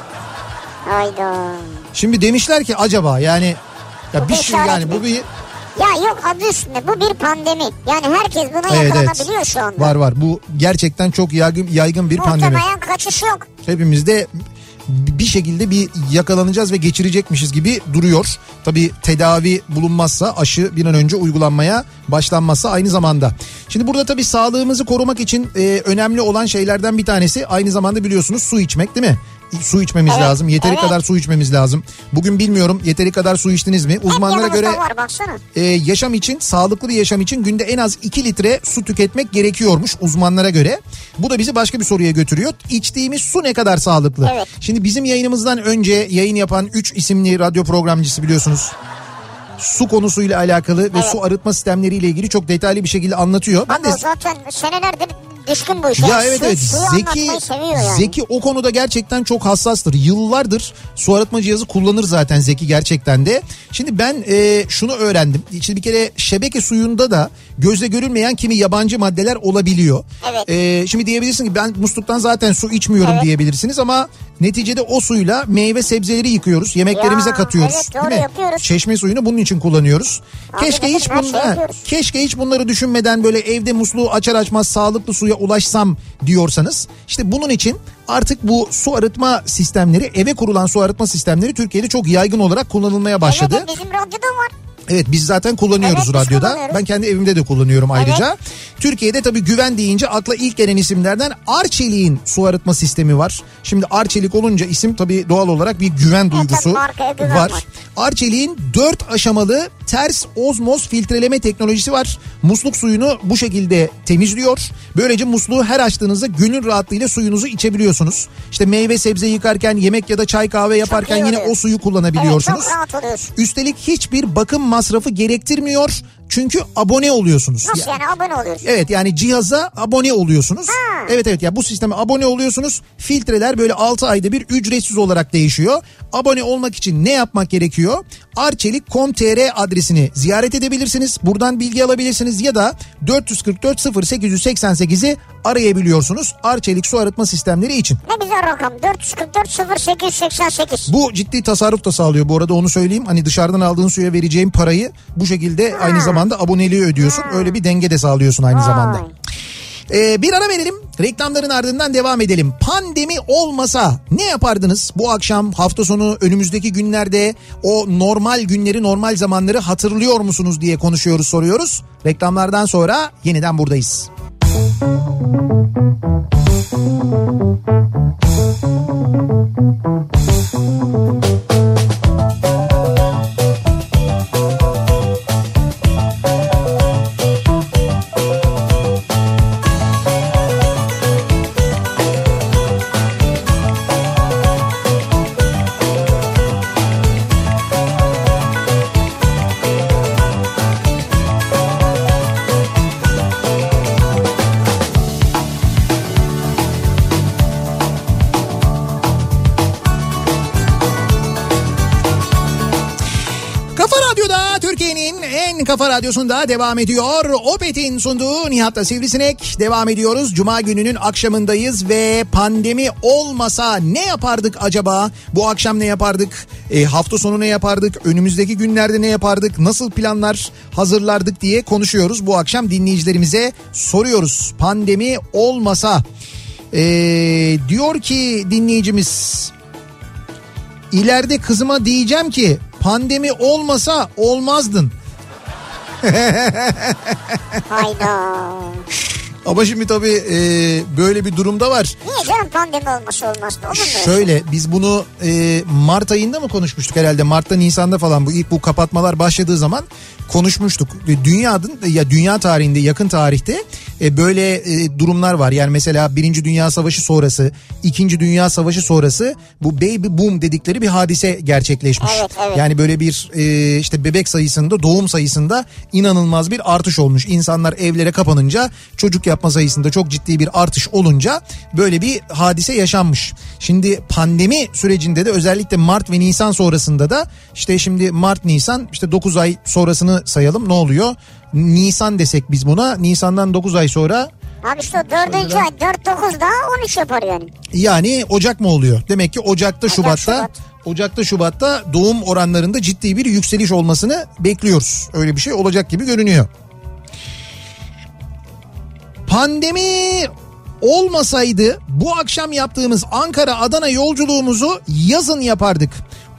[SPEAKER 3] Hayda.
[SPEAKER 1] Şimdi demişler ki acaba yani ya
[SPEAKER 3] Bu
[SPEAKER 1] bir
[SPEAKER 3] bir
[SPEAKER 1] şey yani bu bir
[SPEAKER 3] Ya yok adı üstünde bu bir pandemi. Yani herkes buna
[SPEAKER 1] evet
[SPEAKER 3] yakalanabiliyor
[SPEAKER 1] evet
[SPEAKER 3] şu anda.
[SPEAKER 1] var var bu gerçekten çok yaygın yaygın bir pandemi.
[SPEAKER 3] Muhtemelen kaçış yok.
[SPEAKER 1] Hepimiz de bir şekilde bir yakalanacağız ve geçirecekmişiz gibi duruyor. Tabii tedavi bulunmazsa aşı bir an önce uygulanmaya başlanmazsa aynı zamanda. Şimdi burada tabii sağlığımızı korumak için e, önemli olan şeylerden bir tanesi aynı zamanda biliyorsunuz su içmek değil mi? Su içmemiz
[SPEAKER 3] Evet,
[SPEAKER 1] lazım. Yeteri
[SPEAKER 3] evet.
[SPEAKER 1] kadar su içmemiz lazım. Bugün bilmiyorum yeteri kadar su içtiniz mi?
[SPEAKER 3] Hep
[SPEAKER 1] Uzmanlara
[SPEAKER 3] yanımızda
[SPEAKER 1] göre
[SPEAKER 3] var baksana.
[SPEAKER 1] e, yaşam için sağlıklı bir yaşam için günde en az 2 litre su tüketmek gerekiyormuş uzmanlara göre. Bu da bizi başka bir soruya götürüyor. İçtiğimiz su ne kadar sağlıklı?
[SPEAKER 3] Evet.
[SPEAKER 1] Şimdi bizim yayınımızdan önce yayın yapan 3 isimli radyo programcısı biliyorsunuz. Su konusuyla alakalı ve su arıtma sistemleriyle ilgili çok detaylı bir şekilde anlatıyor. Ben de
[SPEAKER 3] O zaten senelerdir düşkün bu işe.
[SPEAKER 1] ya evet
[SPEAKER 3] Su-
[SPEAKER 1] evet
[SPEAKER 3] suyu
[SPEAKER 1] Zeki
[SPEAKER 3] anlatmayı seviyor yani.
[SPEAKER 1] Zeki o konuda gerçekten çok hassastır. Yıllardır su arıtma cihazı kullanır zaten Zeki gerçekten de. Şimdi ben e, şunu öğrendim. Şimdi bir kere şebeke suyunda da gözle görülmeyen kimi yabancı maddeler olabiliyor.
[SPEAKER 3] Evet.
[SPEAKER 1] E, şimdi diyebilirsin ki ben musluktan zaten su içmiyorum diyebilirsiniz ama neticede o suyla meyve sebzeleri yıkıyoruz. Yemeklerimize
[SPEAKER 3] Ya,
[SPEAKER 1] katıyoruz.
[SPEAKER 3] evet, doğru
[SPEAKER 1] değil mi?
[SPEAKER 3] yapıyoruz.
[SPEAKER 1] Çeşme suyunu bunun için kullanıyoruz.
[SPEAKER 3] Abi
[SPEAKER 1] Keşke
[SPEAKER 3] dedim,
[SPEAKER 1] hiç
[SPEAKER 3] her
[SPEAKER 1] bunu
[SPEAKER 3] şeyi
[SPEAKER 1] ha,
[SPEAKER 3] yapıyoruz.
[SPEAKER 1] Keşke hiç bunları düşünmeden böyle evde musluğu açar açmaz sağlıklı suya ulaşsam diyorsanız işte bunun için artık bu su arıtma sistemleri eve kurulan su arıtma sistemleri Türkiye'de çok yaygın olarak kullanılmaya başladı.
[SPEAKER 3] Evet, bizim radyoda var.
[SPEAKER 1] Evet biz zaten kullanıyoruz
[SPEAKER 3] Evet, biz
[SPEAKER 1] radyoda.
[SPEAKER 3] kullanıyoruz.
[SPEAKER 1] Ben kendi evimde de kullanıyorum ayrıca. Türkiye'de tabii güven deyince akla ilk gelen isimlerden Arçelik'in su arıtma sistemi var. Şimdi Arçelik olunca isim tabii doğal olarak bir güven duygusu
[SPEAKER 3] tabii markaya güven
[SPEAKER 1] var.
[SPEAKER 3] var.
[SPEAKER 1] Arçelik'in 4 aşamalı ters ozmoz filtreleme teknolojisi var. Musluk suyunu bu şekilde temizliyor. Böylece musluğu her açtığınızda gönül rahatlığıyla suyunuzu içebiliyorsunuz. İşte meyve sebze yıkarken, yemek ya da çay kahve yaparken
[SPEAKER 3] iyi
[SPEAKER 1] yine
[SPEAKER 3] oluyor.
[SPEAKER 1] o suyu
[SPEAKER 3] Evet,
[SPEAKER 1] kullanabiliyorsunuz.
[SPEAKER 3] çok rahat oluyorsun.
[SPEAKER 1] Üstelik hiçbir bakım masrafı gerektirmiyor. Çünkü abone oluyorsunuz.
[SPEAKER 3] Nasıl yani abone oluyorsun?
[SPEAKER 1] Evet yani cihaza abone oluyorsunuz.
[SPEAKER 3] Ha.
[SPEAKER 1] Evet evet ya bu sisteme abone oluyorsunuz. Filtreler böyle 6 ayda bir ücretsiz olarak değişiyor. Abone olmak için ne yapmak gerekiyor? Arçelik.com.tr adresini ziyaret edebilirsiniz. Buradan bilgi alabilirsiniz ya da 444 0888'i arayabiliyorsunuz. Arçelik su arıtma sistemleri için.
[SPEAKER 3] Ne güzel rakam 444 0888.
[SPEAKER 1] Bu ciddi tasarruf da sağlıyor bu arada onu söyleyeyim. Hani dışarıdan aldığın suya vereceğin parayı bu şekilde aynı zamanda aboneliği ödüyorsun. Öyle bir denge de sağlıyorsun aynı zamanda. Ee, bir ara verelim. Reklamların ardından devam edelim. Pandemi olmasa ne yapardınız bu akşam hafta sonu önümüzdeki günlerde o normal günleri normal zamanları hatırlıyor musunuz diye konuşuyoruz soruyoruz. Reklamlardan sonra yeniden buradayız. Kafa Radyo'da Türkiye'nin en kafa radyosunda devam ediyor. Opet'in sunduğu Nihat'la Sivrisinek devam ediyoruz. Cuma gününün akşamındayız ve pandemi olmasa ne yapardık acaba? Bu akşam ne yapardık? E, hafta sonu ne yapardık? Önümüzdeki günlerde ne yapardık? Nasıl planlar hazırlardık diye konuşuyoruz. Bu akşam dinleyicilerimize soruyoruz. Pandemi olmasa e, diyor ki dinleyicimiz İleride kızıma diyeceğim ki Pandemi olmasa olmazdın.
[SPEAKER 3] Hayda.
[SPEAKER 1] Ama şimdi tabii e, böyle bir durumda var.
[SPEAKER 3] Niye canım pandemi olması olmaz. Olur mu? şey?
[SPEAKER 1] Şöyle biz bunu e, Mart ayında mı konuşmuştuk herhalde Mart'ta Nisan'da falan bu ilk bu kapatmalar başladığı zaman konuşmuştuk. E, Dünyanın ya dünya tarihinde yakın tarihte e, böyle e, durumlar var. Yani mesela Birinci Dünya Savaşı sonrası, İkinci Dünya Savaşı sonrası bu baby boom dedikleri bir hadise gerçekleşmiş.
[SPEAKER 3] Evet, evet.
[SPEAKER 1] Yani böyle bir e, işte bebek sayısında, doğum sayısında inanılmaz bir artış olmuş. İnsanlar evlere kapanınca çocuk yapma sayısında çok ciddi bir artış olunca böyle bir hadise yaşanmış. Şimdi pandemi sürecinde de özellikle Mart ve Nisan sonrasında da işte şimdi Mart Nisan işte 9 ay sonrasını sayalım ne oluyor? Nisan desek biz buna Nisan'dan 9 ay sonra
[SPEAKER 3] Abi işte o dördüncü ay 4 9 daha 13 yapar yani.
[SPEAKER 1] yani Ocak mı oluyor? Demek ki Ocak'ta, Şubat'ta
[SPEAKER 3] Şubat.
[SPEAKER 1] Ocak'ta, Şubat'ta doğum oranlarında ciddi bir yükseliş olmasını bekliyoruz. Öyle bir şey olacak gibi görünüyor. Pandemi olmasaydı bu akşam yaptığımız Ankara Adana yolculuğumuzu yazın yapardık.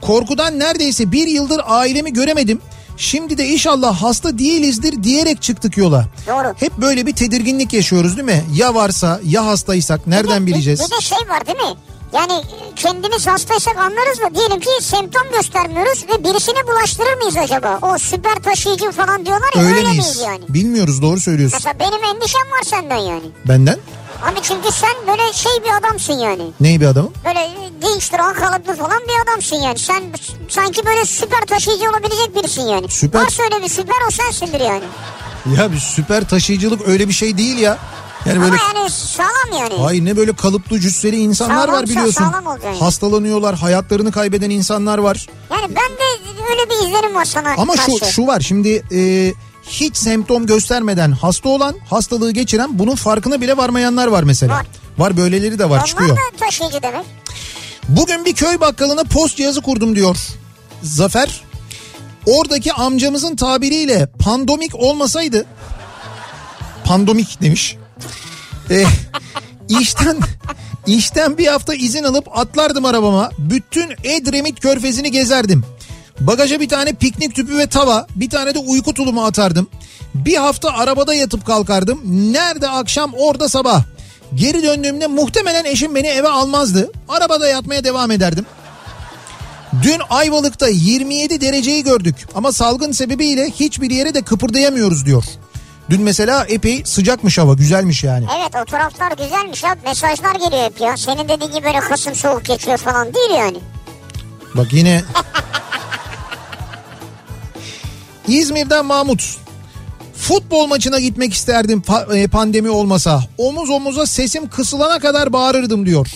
[SPEAKER 1] Korkudan neredeyse bir yıldır ailemi göremedim. Şimdi de inşallah hasta değilizdir diyerek çıktık yola.
[SPEAKER 3] Doğru.
[SPEAKER 1] Hep böyle bir tedirginlik yaşıyoruz değil mi? Ya varsa ya hastaysak
[SPEAKER 3] Bir de-
[SPEAKER 1] nereden
[SPEAKER 3] bir-
[SPEAKER 1] bileceğiz?
[SPEAKER 3] Bir de şey var değil mi? Yani e, kendimiz hastaysak anlarız da diyelim ki semptom göstermiyoruz ve birisine bulaştırır mıyız acaba? O süper taşıyıcı falan diyorlar ya öyle,
[SPEAKER 1] Öyle
[SPEAKER 3] miyiz
[SPEAKER 1] miyiz?
[SPEAKER 3] yani?
[SPEAKER 1] Bilmiyoruz doğru söylüyorsun.
[SPEAKER 3] Mesela benim endişem var senden yani.
[SPEAKER 1] Benden?
[SPEAKER 3] Abi çünkü sen böyle şey bir adamsın yani.
[SPEAKER 1] Ney bir adamım?
[SPEAKER 3] Böyle dinçtir, ankalıklı falan bir adamsın yani. Sen sanki böyle süper taşıyıcı olabilecek birisin yani.
[SPEAKER 1] Süper-
[SPEAKER 3] Varsa öyle bir süper o sensindir yani.
[SPEAKER 1] Ya bir süper taşıyıcılık öyle bir şey değil ya. Yani böyle
[SPEAKER 3] Ama yani sağlam yani.
[SPEAKER 1] Ay ne böyle kalıplı cüsseli insanlar
[SPEAKER 3] Sağlam
[SPEAKER 1] var
[SPEAKER 3] sa-
[SPEAKER 1] biliyorsun.
[SPEAKER 3] sağlam olacak yani.
[SPEAKER 1] Hastalanıyorlar, hayatlarını kaybeden insanlar var.
[SPEAKER 3] Yani ben de öyle bir izlenim var sana
[SPEAKER 1] Ama
[SPEAKER 3] karşı.
[SPEAKER 1] şu şu var şimdi e, hiç semptom göstermeden hasta olan, hastalığı geçiren bunun farkına bile varmayanlar var mesela.
[SPEAKER 3] Var.
[SPEAKER 1] Var böyleleri de var
[SPEAKER 3] Onlar
[SPEAKER 1] çıkıyor.
[SPEAKER 3] da taşıyıcı demek.
[SPEAKER 1] Bugün bir köy bakkalına post cihazı kurdum diyor Zafer. Oradaki amcamızın tabiriyle pandomik olmasaydı pandomik demiş. Eh, işten işten bir hafta izin alıp atlardım arabama. Bütün Edremit körfezini gezerdim. Bagaja bir tane piknik tüpü ve tava, bir tane de uyku tulumu atardım. Bir hafta arabada yatıp kalkardım. Nerede akşam orada sabah. Geri döndüğümde muhtemelen eşim beni eve almazdı. Arabada yatmaya devam ederdim. Dün Ayvalık'ta 27 dereceyi gördük ama salgın sebebiyle hiçbir yere de kıpırdayamıyoruz diyor. Dün mesela epey sıcakmış hava güzelmiş yani.
[SPEAKER 3] Evet o taraflar güzelmiş ya. Mesajlar geliyor hep ya. Senin dediğin gibi böyle Kasım soğuk geçiyor falan değil yani.
[SPEAKER 1] Bak yine... İzmir'den Mahmut. Futbol maçına gitmek isterdim pa- e, pandemi olmasa. Omuz omuza sesim kısılana kadar bağırırdım diyor.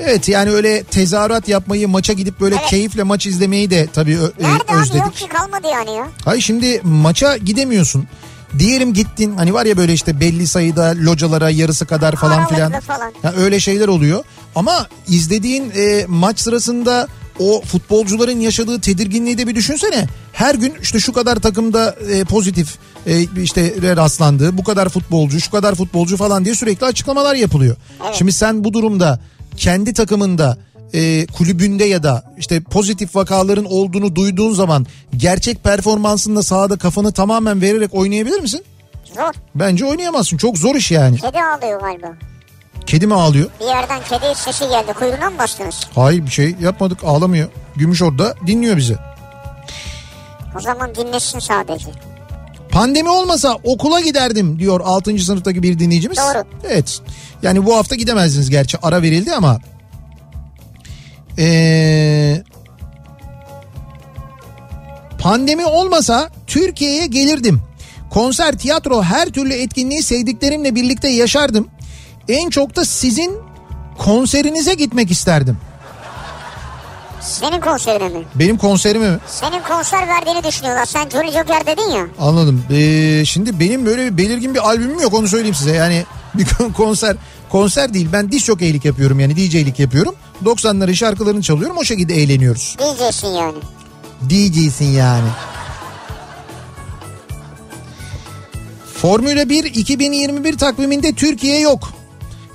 [SPEAKER 1] Evet yani öyle tezahürat yapmayı, maça gidip böyle
[SPEAKER 3] Evet.
[SPEAKER 1] keyifle maç izlemeyi de tabii ö- e,
[SPEAKER 3] Nerede abi
[SPEAKER 1] özledik.
[SPEAKER 3] yok ki kalmadı yani ya.
[SPEAKER 1] Hayır şimdi maça gidemiyorsun. Diyelim gittin hani var ya böyle işte belli sayıda localara yarısı kadar E falan
[SPEAKER 3] Aralıklı
[SPEAKER 1] filan.
[SPEAKER 3] falan.
[SPEAKER 1] Ya öyle şeyler oluyor. Ama izlediğin e, maç sırasında o futbolcuların yaşadığı tedirginliği de bir düşünsene. Her gün işte şu kadar takımda e, pozitif e, işte rastlandı. Bu kadar futbolcu, şu kadar futbolcu falan diye sürekli açıklamalar yapılıyor. Şimdi sen bu durumda kendi takımında e, kulübünde ya da işte pozitif vakaların olduğunu duyduğun zaman gerçek performansınla sahada kafanı tamamen vererek oynayabilir misin?
[SPEAKER 3] Zor.
[SPEAKER 1] Bence oynayamazsın. Çok zor iş yani.
[SPEAKER 3] Kedi ağlıyor galiba.
[SPEAKER 1] Kedi mi ağlıyor?
[SPEAKER 3] Bir yerden kedi sesi geldi. Kuyruğuna mı bastınız?
[SPEAKER 1] Hayır bir şey yapmadık ağlamıyor. Gümüş orada dinliyor bizi.
[SPEAKER 3] O zaman dinlesin sadece.
[SPEAKER 1] Pandemi olmasa okula giderdim diyor 6. sınıftaki bir dinleyicimiz.
[SPEAKER 3] Doğru.
[SPEAKER 1] Evet. Yani bu hafta gidemezdiniz gerçi ara verildi ama. Ee, pandemi olmasa Türkiye'ye gelirdim. Konser, tiyatro her türlü etkinliği sevdiklerimle birlikte yaşardım. En çok da sizin konserinize gitmek isterdim.
[SPEAKER 3] Senin konserine mi?
[SPEAKER 1] Benim konserime mi?
[SPEAKER 3] Senin konser verdiğini düşünüyorlar. Sen Johnny Joker dedin ya.
[SPEAKER 1] Anladım. Ee, şimdi benim böyle bir belirgin bir albümüm yok onu söyleyeyim size. Yani bir kon- konser konser değil. Ben diş jokeylik yapıyorum yani DJ'lik yapıyorum. 90'ların şarkılarını çalıyorum. O şekilde eğleniyoruz.
[SPEAKER 3] Diyeceksin yani.
[SPEAKER 1] DJ'sin yani. Formula 1 2021 takviminde Türkiye yok.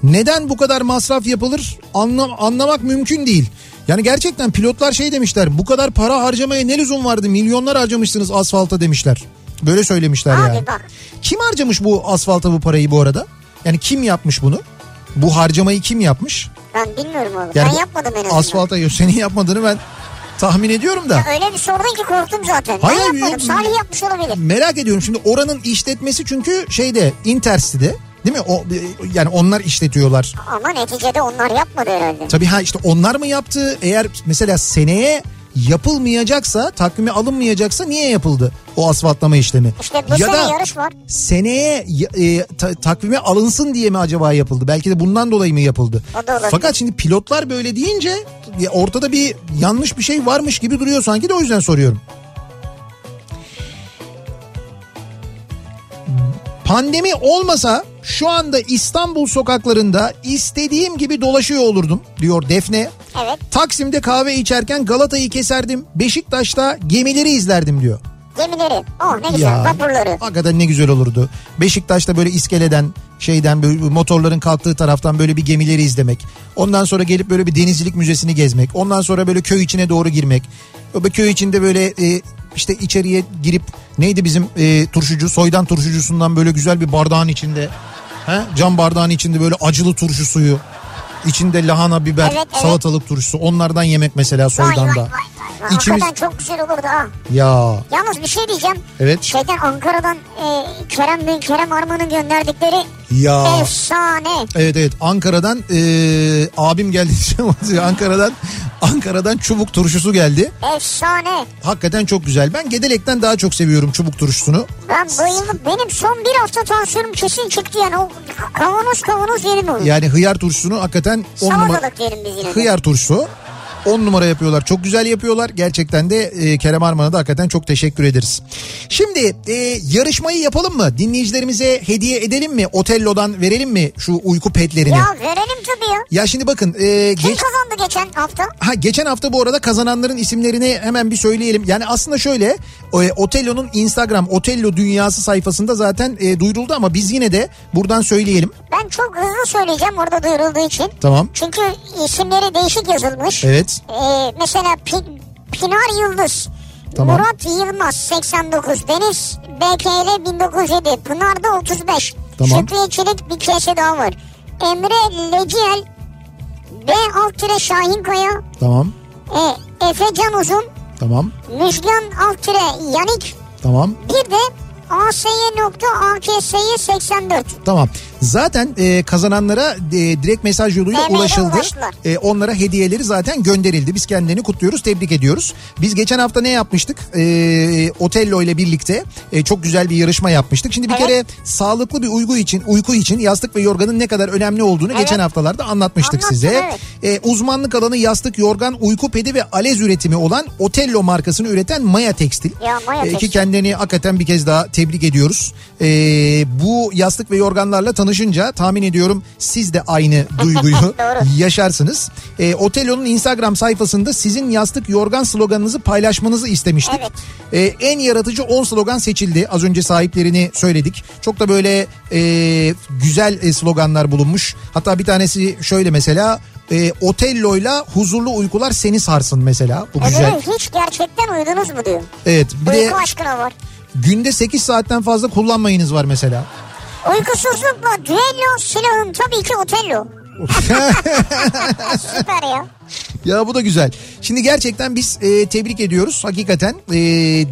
[SPEAKER 1] Neden bu kadar masraf yapılır anla- anlamak mümkün değil. Yani gerçekten pilotlar şey demişler bu kadar para harcamaya ne lüzum vardı milyonlar harcamışsınız asfalta demişler. Böyle söylemişler
[SPEAKER 3] Abi
[SPEAKER 1] yani.
[SPEAKER 3] bak.
[SPEAKER 1] Kim harcamış bu asfalta bu parayı bu arada? Yani kim yapmış bunu? Bu harcamayı kim yapmış?
[SPEAKER 3] Ben bilmiyorum oğlum.
[SPEAKER 1] Yani
[SPEAKER 3] ben
[SPEAKER 1] bu
[SPEAKER 3] yapmadım en azından.
[SPEAKER 1] Asfalta yok senin yapmadığını ben tahmin ediyorum da.
[SPEAKER 3] Öyle bir sordun ki korktum zaten.
[SPEAKER 1] Hayır,
[SPEAKER 3] ben yapmadım.
[SPEAKER 1] yok.
[SPEAKER 3] Salih yapmış olabilir.
[SPEAKER 1] Merak ediyorum şimdi oranın işletmesi çünkü şeyde Intercity'de değil mi? O, yani onlar işletiyorlar.
[SPEAKER 3] Ama neticede onlar yapmadı herhalde.
[SPEAKER 1] Tabii ha işte onlar mı yaptı? Eğer mesela seneye yapılmayacaksa, takvime alınmayacaksa niye yapıldı o asfaltlama işlemi?
[SPEAKER 3] İşte bu sene yarış var.
[SPEAKER 1] seneye e, ta- takvime alınsın diye mi acaba yapıldı? Belki de bundan dolayı mı yapıldı?
[SPEAKER 3] O da olabilir.
[SPEAKER 1] Fakat şimdi pilotlar böyle deyince ya ortada bir yanlış bir şey varmış gibi duruyor sanki de o yüzden soruyorum. Pandemi olmasa şu anda İstanbul sokaklarında istediğim gibi dolaşıyor olurdum diyor Defne.
[SPEAKER 3] Evet.
[SPEAKER 1] Taksim'de kahve içerken Galata'yı keserdim. Beşiktaş'ta gemileri izlerdim diyor.
[SPEAKER 3] Gemileri. Oh ne güzel. Vapurları.
[SPEAKER 1] Hakikaten ne güzel olurdu. Beşiktaş'ta böyle iskeleden şeyden böyle motorların kalktığı taraftan böyle bir gemileri izlemek. Ondan sonra gelip böyle bir denizcilik müzesini gezmek. Ondan sonra böyle köy içine doğru girmek. Böyle köy içinde böyle e, işte içeriye girip neydi bizim e, turşucu soydan turşucusundan böyle güzel bir bardağın içinde. He? Cam bardağın içinde böyle acılı turşu suyu. içinde lahana, biber,
[SPEAKER 3] Evet, evet.
[SPEAKER 1] salatalık turşusu. Onlardan yemek mesela
[SPEAKER 3] Vay vay
[SPEAKER 1] soydan
[SPEAKER 3] vay.
[SPEAKER 1] da.
[SPEAKER 3] vay. vay.
[SPEAKER 1] İçimiz-
[SPEAKER 3] Hakikaten çok güzel olurdu ha.
[SPEAKER 1] Ya
[SPEAKER 3] Yalnız bir şey diyeceğim.
[SPEAKER 1] Evet.
[SPEAKER 3] Şeyden Ankara'dan e, Kerem Bey, Kerem Arman'ın gönderdikleri
[SPEAKER 1] ya.
[SPEAKER 3] efsane.
[SPEAKER 1] Evet evet Ankara'dan eee, abim geldi diyeceğim. Ankara'dan Ankara'dan çubuk turşusu geldi.
[SPEAKER 3] Efsane.
[SPEAKER 1] Hakikaten çok güzel. Ben Gedelek'ten daha çok seviyorum çubuk turşusunu.
[SPEAKER 3] Ben bayıldım. Benim son bir hafta tansiyonum kesin çıktı yani. O kavanoz kavanoz yerim olur.
[SPEAKER 1] Yani hıyar turşusunu hakikaten on numara
[SPEAKER 3] Salatalık yerim biz yine. de.
[SPEAKER 1] hıyar turşusu 10 numara yapıyorlar. Çok güzel yapıyorlar. Gerçekten de eee, Kerem Arman'a da hakikaten çok teşekkür ederiz. Şimdi eee, yarışmayı yapalım mı? Dinleyicilerimize hediye edelim mi? Otello'dan verelim mi şu uyku petlerini?
[SPEAKER 3] Ya
[SPEAKER 1] Ya,
[SPEAKER 3] verelim tabii ya.
[SPEAKER 1] şimdi bakın eee,
[SPEAKER 3] Kim
[SPEAKER 1] geç-
[SPEAKER 3] kazandı geçen hafta?
[SPEAKER 1] Ha geçen hafta bu arada kazananların isimlerini hemen bir söyleyelim. Yani aslında şöyle e, Otello'nun Instagram Otello Dünyası sayfasında zaten e, duyuruldu ama biz yine de buradan söyleyelim.
[SPEAKER 3] Ben çok hızlı söyleyeceğim orada duyurulduğu için.
[SPEAKER 1] Tamam.
[SPEAKER 3] Çünkü isimleri değişik yazılmış.
[SPEAKER 1] Evet.
[SPEAKER 3] Ee, mesela Pin- Pinar Yıldız.
[SPEAKER 1] Tamam.
[SPEAKER 3] Murat Yılmaz 89. Deniz BKL 1907. Pınar'da 35.
[SPEAKER 1] Tamam.
[SPEAKER 3] Şükrü Çelik bir kese daha var. Emre Leciel B alt tire Şahin Kaya.
[SPEAKER 1] Tamam.
[SPEAKER 3] E, Efe Can Uzun.
[SPEAKER 1] Tamam.
[SPEAKER 3] Müjgan alt tire Yanik.
[SPEAKER 1] Tamam.
[SPEAKER 3] Bir de ASY.AKSY 84.
[SPEAKER 1] Tamam. Zaten e, kazananlara e, direkt mesaj yoluyla
[SPEAKER 3] Evet,
[SPEAKER 1] ulaşıldı.
[SPEAKER 3] ulaştılar.
[SPEAKER 1] E, onlara hediyeleri zaten gönderildi. Biz kendilerini kutluyoruz, tebrik ediyoruz. Biz geçen hafta ne yapmıştık? E, Otello ile birlikte e, çok güzel bir yarışma yapmıştık. Şimdi bir
[SPEAKER 3] Evet.
[SPEAKER 1] kere sağlıklı bir uyku için, uyku için yastık ve yorganın ne kadar önemli olduğunu geçen haftalarda anlatmıştık
[SPEAKER 3] Anlattın,
[SPEAKER 1] size.
[SPEAKER 3] evet.
[SPEAKER 1] E, uzmanlık alanı yastık, yorgan, uyku pedi ve alez üretimi olan Otello markasını üreten Maya Tekstil.
[SPEAKER 3] Ya, Maya
[SPEAKER 1] E, ki
[SPEAKER 3] Tekstil.
[SPEAKER 1] kendilerini hakikaten bir kez daha tebrik ediyoruz. E, bu yastık ve yorganlarla tanışınca tahmin ediyorum siz de aynı duyguyu yaşarsınız. E, Otello'nun Instagram sayfasında sizin yastık yorgan sloganınızı paylaşmanızı istemiştik. E, en yaratıcı 10 slogan seçildi. Az önce sahiplerini söyledik. Çok da böyle e, güzel e, sloganlar bulunmuş. Hatta bir tanesi şöyle mesela e, Otello'yla huzurlu uykular seni sarsın mesela. Bu güzel.
[SPEAKER 3] Öbürü hiç gerçekten uyudunuz mu diyor.
[SPEAKER 1] Evet. Bir de
[SPEAKER 3] Uyku aşkına var.
[SPEAKER 1] Günde 8 saatten fazla kullanmayınız var mesela.
[SPEAKER 3] Uykusuzlukla düello silahım tabii ki otello. Süper ya.
[SPEAKER 1] Ya bu da güzel. Şimdi gerçekten biz e, tebrik ediyoruz hakikaten e,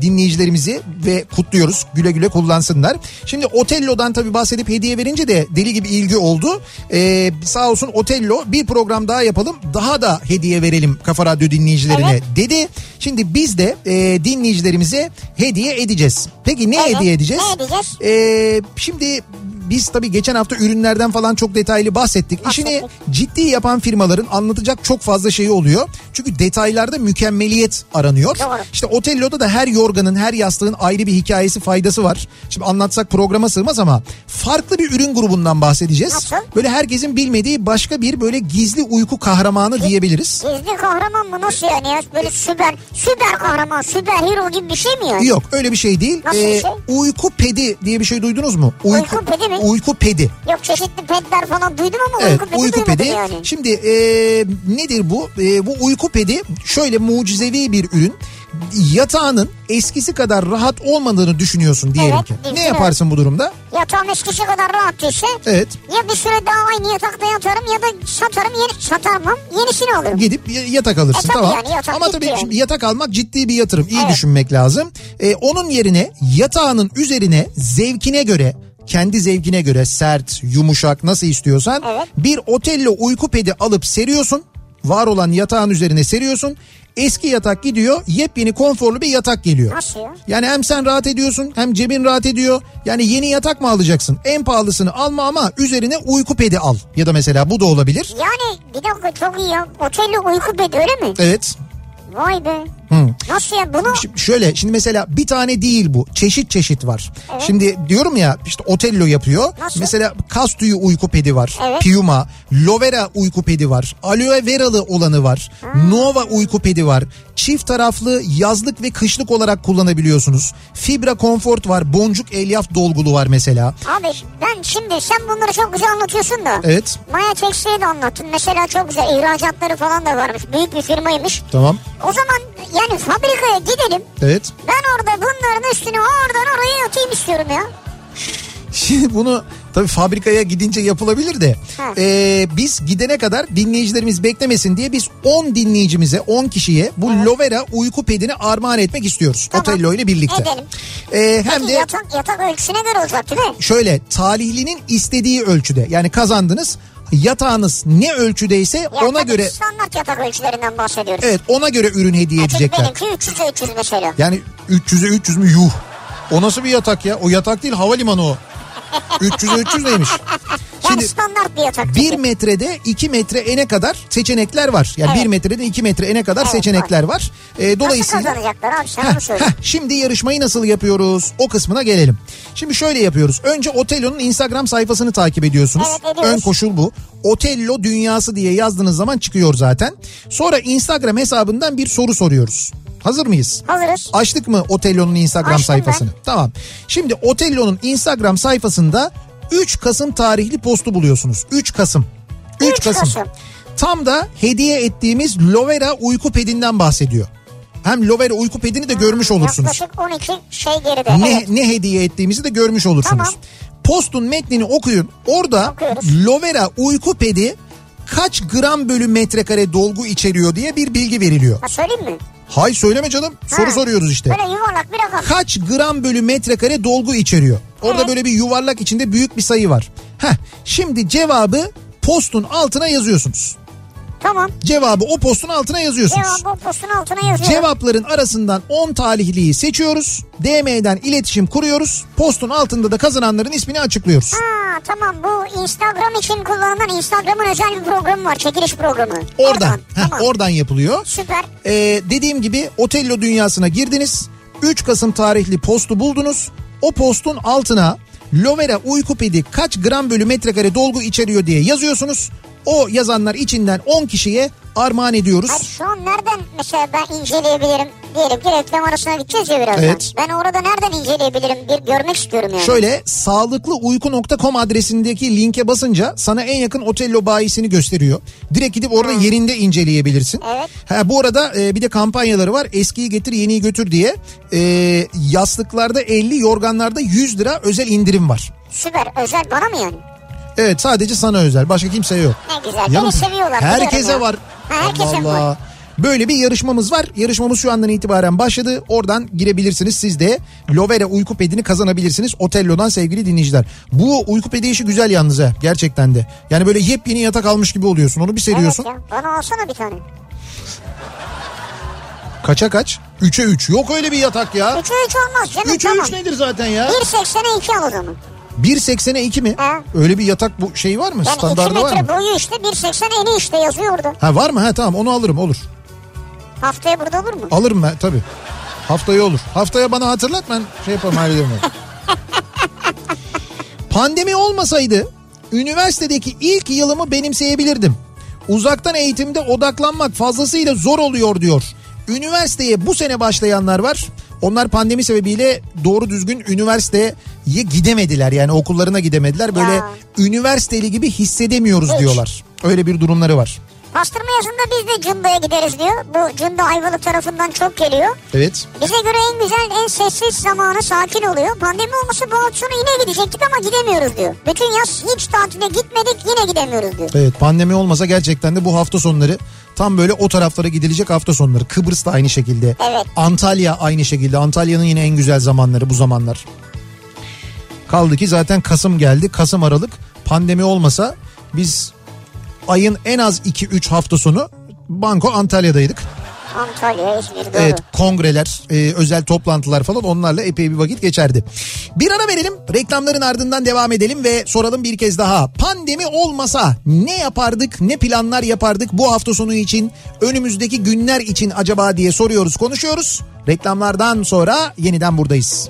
[SPEAKER 1] dinleyicilerimizi ve kutluyoruz. Güle güle kullansınlar. Şimdi Otello'dan tabii bahsedip hediye verince de deli gibi ilgi oldu. E, sağ olsun Otello bir program daha yapalım daha da hediye verelim Kafa Radyo dinleyicilerine
[SPEAKER 3] Evet.
[SPEAKER 1] dedi. Şimdi biz de e, dinleyicilerimize hediye edeceğiz. Peki ne
[SPEAKER 3] Evet,
[SPEAKER 1] hediye edeceğiz?
[SPEAKER 3] ne edeceğiz?
[SPEAKER 1] E, şimdi biz tabii geçen hafta ürünlerden falan çok detaylı bahsettik. İşini
[SPEAKER 3] Bahsettik.
[SPEAKER 1] ciddi yapan firmaların anlatacak çok fazla şeyi oluyor. Çünkü detaylarda mükemmeliyet aranıyor.
[SPEAKER 3] Doğru.
[SPEAKER 1] İşte Otello'da da her yorganın, her yastığın ayrı bir hikayesi, faydası var. Şimdi anlatsak programa sığmaz ama farklı bir ürün grubundan bahsedeceğiz.
[SPEAKER 3] Nasıl?
[SPEAKER 1] Böyle herkesin bilmediği başka bir böyle gizli uyku kahramanı diyebiliriz.
[SPEAKER 3] Gizli kahraman mı nasıl yani ya? Böyle süper, süper kahraman, süper hero gibi bir şey mi yani?
[SPEAKER 1] Yok öyle bir şey değil.
[SPEAKER 3] Nasıl bir şey?
[SPEAKER 1] Uyku pedi diye bir şey duydunuz mu?
[SPEAKER 3] Uyku pedi mi?
[SPEAKER 1] Uyku pedi.
[SPEAKER 3] Yok çeşitli pedler falan duydum ama
[SPEAKER 1] Evet,
[SPEAKER 3] uyku pedi
[SPEAKER 1] uyku
[SPEAKER 3] duymadım
[SPEAKER 1] pedi.
[SPEAKER 3] yani.
[SPEAKER 1] Şimdi e, nedir bu? E, bu uyku pedi şöyle mucizevi bir ürün. Yatağının eskisi kadar rahat olmadığını düşünüyorsun diyelim
[SPEAKER 3] Evet,
[SPEAKER 1] ki. Ne
[SPEAKER 3] düşünüyorum.
[SPEAKER 1] yaparsın bu durumda?
[SPEAKER 3] Yatağın eskisi kadar rahat değilse
[SPEAKER 1] Evet.
[SPEAKER 3] ya bir süre daha aynı yatakta yatarım ya da satarım yeni satarmam yenisini alırım.
[SPEAKER 1] Gidip y- yatak alırsın
[SPEAKER 3] E tabii
[SPEAKER 1] tamam.
[SPEAKER 3] yani yatak
[SPEAKER 1] Ama
[SPEAKER 3] ciddi
[SPEAKER 1] tabii
[SPEAKER 3] yani.
[SPEAKER 1] şimdi yatak almak ciddi bir yatırım. İyi
[SPEAKER 3] Evet.
[SPEAKER 1] düşünmek lazım. E, onun yerine yatağının üzerine zevkine göre kendi zevkine göre sert, yumuşak nasıl istiyorsan
[SPEAKER 3] Evet.
[SPEAKER 1] bir otello uyku pedi alıp seriyorsun. Var olan yatağın üzerine seriyorsun. Eski yatak gidiyor, yepyeni konforlu bir yatak geliyor.
[SPEAKER 3] Nasıl ya?
[SPEAKER 1] Yani hem sen rahat ediyorsun hem cebin rahat ediyor. Yani yeni yatak mı alacaksın? En pahalısını alma ama üzerine uyku pedi al. Ya da mesela bu da olabilir.
[SPEAKER 3] Yani bir dakika çok iyi ya. Otelde uyku pedi öyle mi?
[SPEAKER 1] Evet.
[SPEAKER 3] Vay be.
[SPEAKER 1] Hı.
[SPEAKER 3] Nasıl ya bunu
[SPEAKER 1] Şimdi şöyle şimdi mesela bir tane değil bu çeşit çeşit var. Şimdi diyorum ya işte Otello yapıyor.
[SPEAKER 3] Nasıl?
[SPEAKER 1] Mesela kas tüyü uyku pedi var.
[SPEAKER 3] Evet.
[SPEAKER 1] Piuma, Lovera uyku pedi var. Aloe veralı olanı var. Nova uyku pedi var. Çift taraflı yazlık ve kışlık olarak kullanabiliyorsunuz. Fibra konfort var. Boncuk elyaf dolgulu var mesela.
[SPEAKER 3] Abi ben şimdi sen bunları çok güzel anlatıyorsun da.
[SPEAKER 1] Evet.
[SPEAKER 3] Maya Çekşi'ye de anlattın. Mesela çok güzel ihracatları falan da varmış. Büyük bir firmaymış.
[SPEAKER 1] Tamam.
[SPEAKER 3] O zaman yani fabrikaya gidelim.
[SPEAKER 1] Evet.
[SPEAKER 3] Ben orada bunların üstüne oradan oraya atayım istiyorum ya.
[SPEAKER 1] Şimdi bunu tabii fabrikaya gidince yapılabilir de
[SPEAKER 3] Ha.
[SPEAKER 1] eee, biz gidene kadar dinleyicilerimiz beklemesin diye biz 10 dinleyicimize 10 kişiye bu Lovera uyku pedini armağan etmek istiyoruz.
[SPEAKER 3] Tamam.
[SPEAKER 1] Otello ile birlikte.
[SPEAKER 3] Edelim.
[SPEAKER 1] Eee, hem de
[SPEAKER 3] Yatak, yatak ölçüsüne göre olacak değil mi?
[SPEAKER 1] şöyle talihlinin istediği ölçüde yani kazandınız yatağınız ne ölçüdeyse
[SPEAKER 3] Ya
[SPEAKER 1] ona
[SPEAKER 3] tabii
[SPEAKER 1] göre
[SPEAKER 3] Standart yatak ölçülerinden bahsediyoruz.
[SPEAKER 1] evet ona göre ürün hediye
[SPEAKER 3] Çünkü
[SPEAKER 1] edecekler.
[SPEAKER 3] benimki 300'e 300 mesela.
[SPEAKER 1] Yani 300'e 300 mü yuh. O nasıl bir yatak ya? O yatak değil havalimanı o. 300'e 300 neymiş?
[SPEAKER 3] Yani standart bir yatak.
[SPEAKER 1] Bir
[SPEAKER 3] tabii.
[SPEAKER 1] metrede 2 metre ene kadar seçenekler var. Yani
[SPEAKER 3] Evet.
[SPEAKER 1] bir metrede 2 metre ene kadar
[SPEAKER 3] Evet,
[SPEAKER 1] seçenekler var. Ee,
[SPEAKER 3] Nasıl
[SPEAKER 1] dolayısıyla
[SPEAKER 3] kazanacaklar abi sen
[SPEAKER 1] Heh,
[SPEAKER 3] onu söyle.
[SPEAKER 1] heh, şimdi yarışmayı nasıl yapıyoruz? O kısmına gelelim. Şimdi şöyle yapıyoruz. Önce Otello'nun Instagram sayfasını takip ediyorsunuz.
[SPEAKER 3] Evet, ediyoruz.
[SPEAKER 1] Ön koşul bu. Otello Dünyası diye yazdığınız zaman çıkıyor zaten. Sonra Instagram hesabından bir soru soruyoruz. Hazır mıyız?
[SPEAKER 3] Hazırız.
[SPEAKER 1] Açtık mı Otello'nun Instagram
[SPEAKER 3] Açtım
[SPEAKER 1] sayfasını? Tamam. Şimdi Otello'nun Instagram sayfasında 3 Kasım tarihli postu buluyorsunuz. 3 Kasım. 3,
[SPEAKER 3] 3
[SPEAKER 1] Kasım.
[SPEAKER 3] Kasım.
[SPEAKER 1] Tam da hediye ettiğimiz Lovera uyku pedinden bahsediyor. Hem Lovera uyku pedini de görmüş olursunuz.
[SPEAKER 3] Yaklaşık 12 şey geride.
[SPEAKER 1] Ne,
[SPEAKER 3] Evet.
[SPEAKER 1] ne hediye ettiğimizi de görmüş olursunuz.
[SPEAKER 3] Tamam.
[SPEAKER 1] Postun metnini okuyun. Orada
[SPEAKER 3] Okuyoruz.
[SPEAKER 1] Lovera uyku pedi kaç gram bölü metrekare dolgu içeriyor diye bir bilgi veriliyor.
[SPEAKER 3] Ha, söyleyeyim mi?
[SPEAKER 1] Hay söyleme canım. Soru
[SPEAKER 3] Ha.
[SPEAKER 1] soruyoruz işte.
[SPEAKER 3] Böyle yuvarlak bir rakam.
[SPEAKER 1] kaç gram bölü metrekare dolgu içeriyor. Orada
[SPEAKER 3] Evet.
[SPEAKER 1] böyle bir yuvarlak içinde büyük bir sayı var. Heh, şimdi cevabı postun altına yazıyorsunuz.
[SPEAKER 3] Tamam.
[SPEAKER 1] Cevabı o postun altına yazıyorsunuz.
[SPEAKER 3] Cevabı bu postun altına yazıyorum.
[SPEAKER 1] Cevapların arasından 10 talihliyi seçiyoruz. DM'den iletişim kuruyoruz. Postun altında da kazananların ismini açıklıyoruz.
[SPEAKER 3] Ha, tamam bu Instagram için kullanılan Instagram'ın özel bir programı var. Çekiliş programı.
[SPEAKER 1] Oradan, heh,
[SPEAKER 3] tamam.
[SPEAKER 1] oradan yapılıyor.
[SPEAKER 3] Süper.
[SPEAKER 1] Ee, dediğim gibi Otello dünyasına girdiniz. 3 Kasım tarihli postu buldunuz. O postun altına Lovera uyku pedi kaç gram bölü metrekare dolgu içeriyor diye yazıyorsunuz. O yazanlar içinden 10 kişiye armağan ediyoruz.
[SPEAKER 3] Hayır, şu an nereden mesela ben inceleyebilirim diyelim ki reklam arasına gideceğiz ya birazdan.
[SPEAKER 1] Evet.
[SPEAKER 3] Ben orada nereden inceleyebilirim bir görmek istiyorum yani.
[SPEAKER 1] Şöyle sağlıklıuyku.com adresindeki linke basınca sana en yakın Otello bayisini gösteriyor. Direkt gidip orada yerinde inceleyebilirsin.
[SPEAKER 3] Evet.
[SPEAKER 1] Ha, bu arada e, bir de kampanyaları var. Eskiyi getir yeniyi götür diye. E, yastıklarda 50 yorganlarda 100 lira özel indirim var.
[SPEAKER 3] Süper özel bana mı yani?
[SPEAKER 1] Evet sadece sana özel başka kimseye yok.
[SPEAKER 3] Ne güzel beni seviyorlar. biliyorum
[SPEAKER 1] herkese
[SPEAKER 3] ya.
[SPEAKER 1] var.
[SPEAKER 3] Ha, herkese
[SPEAKER 1] Allah
[SPEAKER 3] var.
[SPEAKER 1] Allah. Böyle bir yarışmamız var. Yarışmamız şu andan itibaren başladı. Oradan girebilirsiniz. Siz de Lovera uyku pedini kazanabilirsiniz. Otello'dan sevgili dinleyiciler. Bu uyku pedi işi güzel yalnız ha. Gerçekten de. Yani böyle yepyeni yatak almış gibi oluyorsun. Onu bir seriyorsun.
[SPEAKER 3] Evet ya bana alsana bir tane.
[SPEAKER 1] Kaça kaç? 3'e 3. Yok öyle bir yatak ya.
[SPEAKER 3] 3'e 3 olmaz canım
[SPEAKER 1] 3'e
[SPEAKER 3] tamam.
[SPEAKER 1] 3 nedir zaten ya?
[SPEAKER 3] 1.80'e 2 al o zaman.
[SPEAKER 1] 1.80'e 2 mi?
[SPEAKER 3] Ha.
[SPEAKER 1] Öyle bir yatak bu şey var mı?
[SPEAKER 3] Yani 2
[SPEAKER 1] Standardı var mı?
[SPEAKER 3] metre boyu işte 1.80 eni işte yazıyor orada.
[SPEAKER 1] Ha var mı? Ha tamam onu alırım olur.
[SPEAKER 3] Haftaya burada olur mu?
[SPEAKER 1] Alırım ben tabii. Haftaya olur. Haftaya bana hatırlat ben şey yaparım hallederim. onu. Pandemi olmasaydı üniversitedeki ilk yılımı benimseyebilirdim. Uzaktan eğitimde odaklanmak fazlasıyla zor oluyor diyor. Üniversiteye bu sene başlayanlar var. Onlar pandemi sebebiyle doğru düzgün üniversiteye gidemediler. Yani okullarına gidemediler. Böyle
[SPEAKER 3] Ya.
[SPEAKER 1] üniversiteli gibi hissedemiyoruz
[SPEAKER 3] Hiç.
[SPEAKER 1] diyorlar. Öyle bir durumları var.
[SPEAKER 3] Pastırma yazında biz de Cunda'ya gideriz diyor. Bu Cunda Ayvalık tarafından çok geliyor.
[SPEAKER 1] Evet.
[SPEAKER 3] Bize göre en güzel, en sessiz zamanı sakin oluyor. Pandemi olması bu hafta sonu yine gidecektik ama gidemiyoruz diyor. Bütün yaz hiç tatile gitmedik yine gidemiyoruz diyor.
[SPEAKER 1] Evet pandemi olmasa gerçekten de bu hafta sonları tam böyle o taraflara gidilecek hafta sonları. Kıbrıs da aynı şekilde.
[SPEAKER 3] Evet.
[SPEAKER 1] Antalya aynı şekilde. Antalya'nın yine en güzel zamanları bu zamanlar. Kaldı ki zaten Kasım geldi. Kasım Aralık pandemi olmasa biz ayın en az 2-3 hafta sonu Banko Antalya'daydık.
[SPEAKER 3] Antalya, İzmir doğru.
[SPEAKER 1] Evet kongreler, e, özel toplantılar falan onlarla epey bir vakit geçerdi. Bir ara verelim reklamların ardından devam edelim ve soralım bir kez daha. Pandemi olmasa ne yapardık, ne planlar yapardık bu hafta sonu için, önümüzdeki günler için acaba diye soruyoruz, konuşuyoruz. Reklamlardan sonra yeniden buradayız.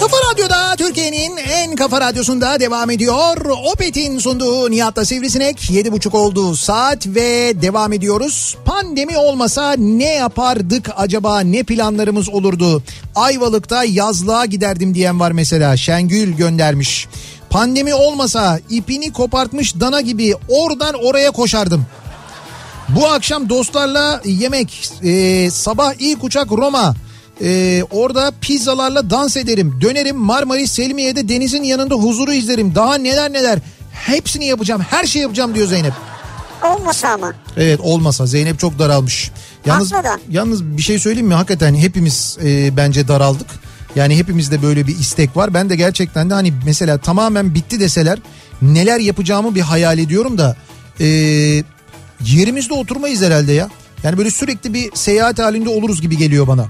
[SPEAKER 1] Kafa Radyo'da Türkiye'nin en kafa radyosunda devam ediyor. Opet'in sunduğu Nihat'la Sivrisinek 7.30 oldu saat ve devam ediyoruz. Pandemi olmasa ne yapardık acaba ne planlarımız olurdu? Ayvalık'ta yazlığa giderdim diyen var mesela Şengül göndermiş. Pandemi olmasa ipini kopartmış dana gibi oradan oraya koşardım. Bu akşam dostlarla yemek, e, sabah ilk uçak Roma. E, orada pizzalarla dans ederim. Dönerim Marmaris Selmiye'de denizin yanında huzuru izlerim. Daha neler neler. Hepsini yapacağım. Her şeyi yapacağım diyor Zeynep.
[SPEAKER 3] Olmasa ama.
[SPEAKER 1] Evet olmasa Zeynep çok daralmış. Yalnız
[SPEAKER 3] Haklı da.
[SPEAKER 1] yalnız bir şey söyleyeyim mi? Hakikaten hepimiz e, bence daraldık. Yani hepimizde böyle bir istek var. Ben de gerçekten de hani mesela tamamen bitti deseler neler yapacağımı bir hayal ediyorum da e, yerimizde oturmayız herhalde ya. Yani böyle sürekli bir seyahat halinde oluruz gibi geliyor bana.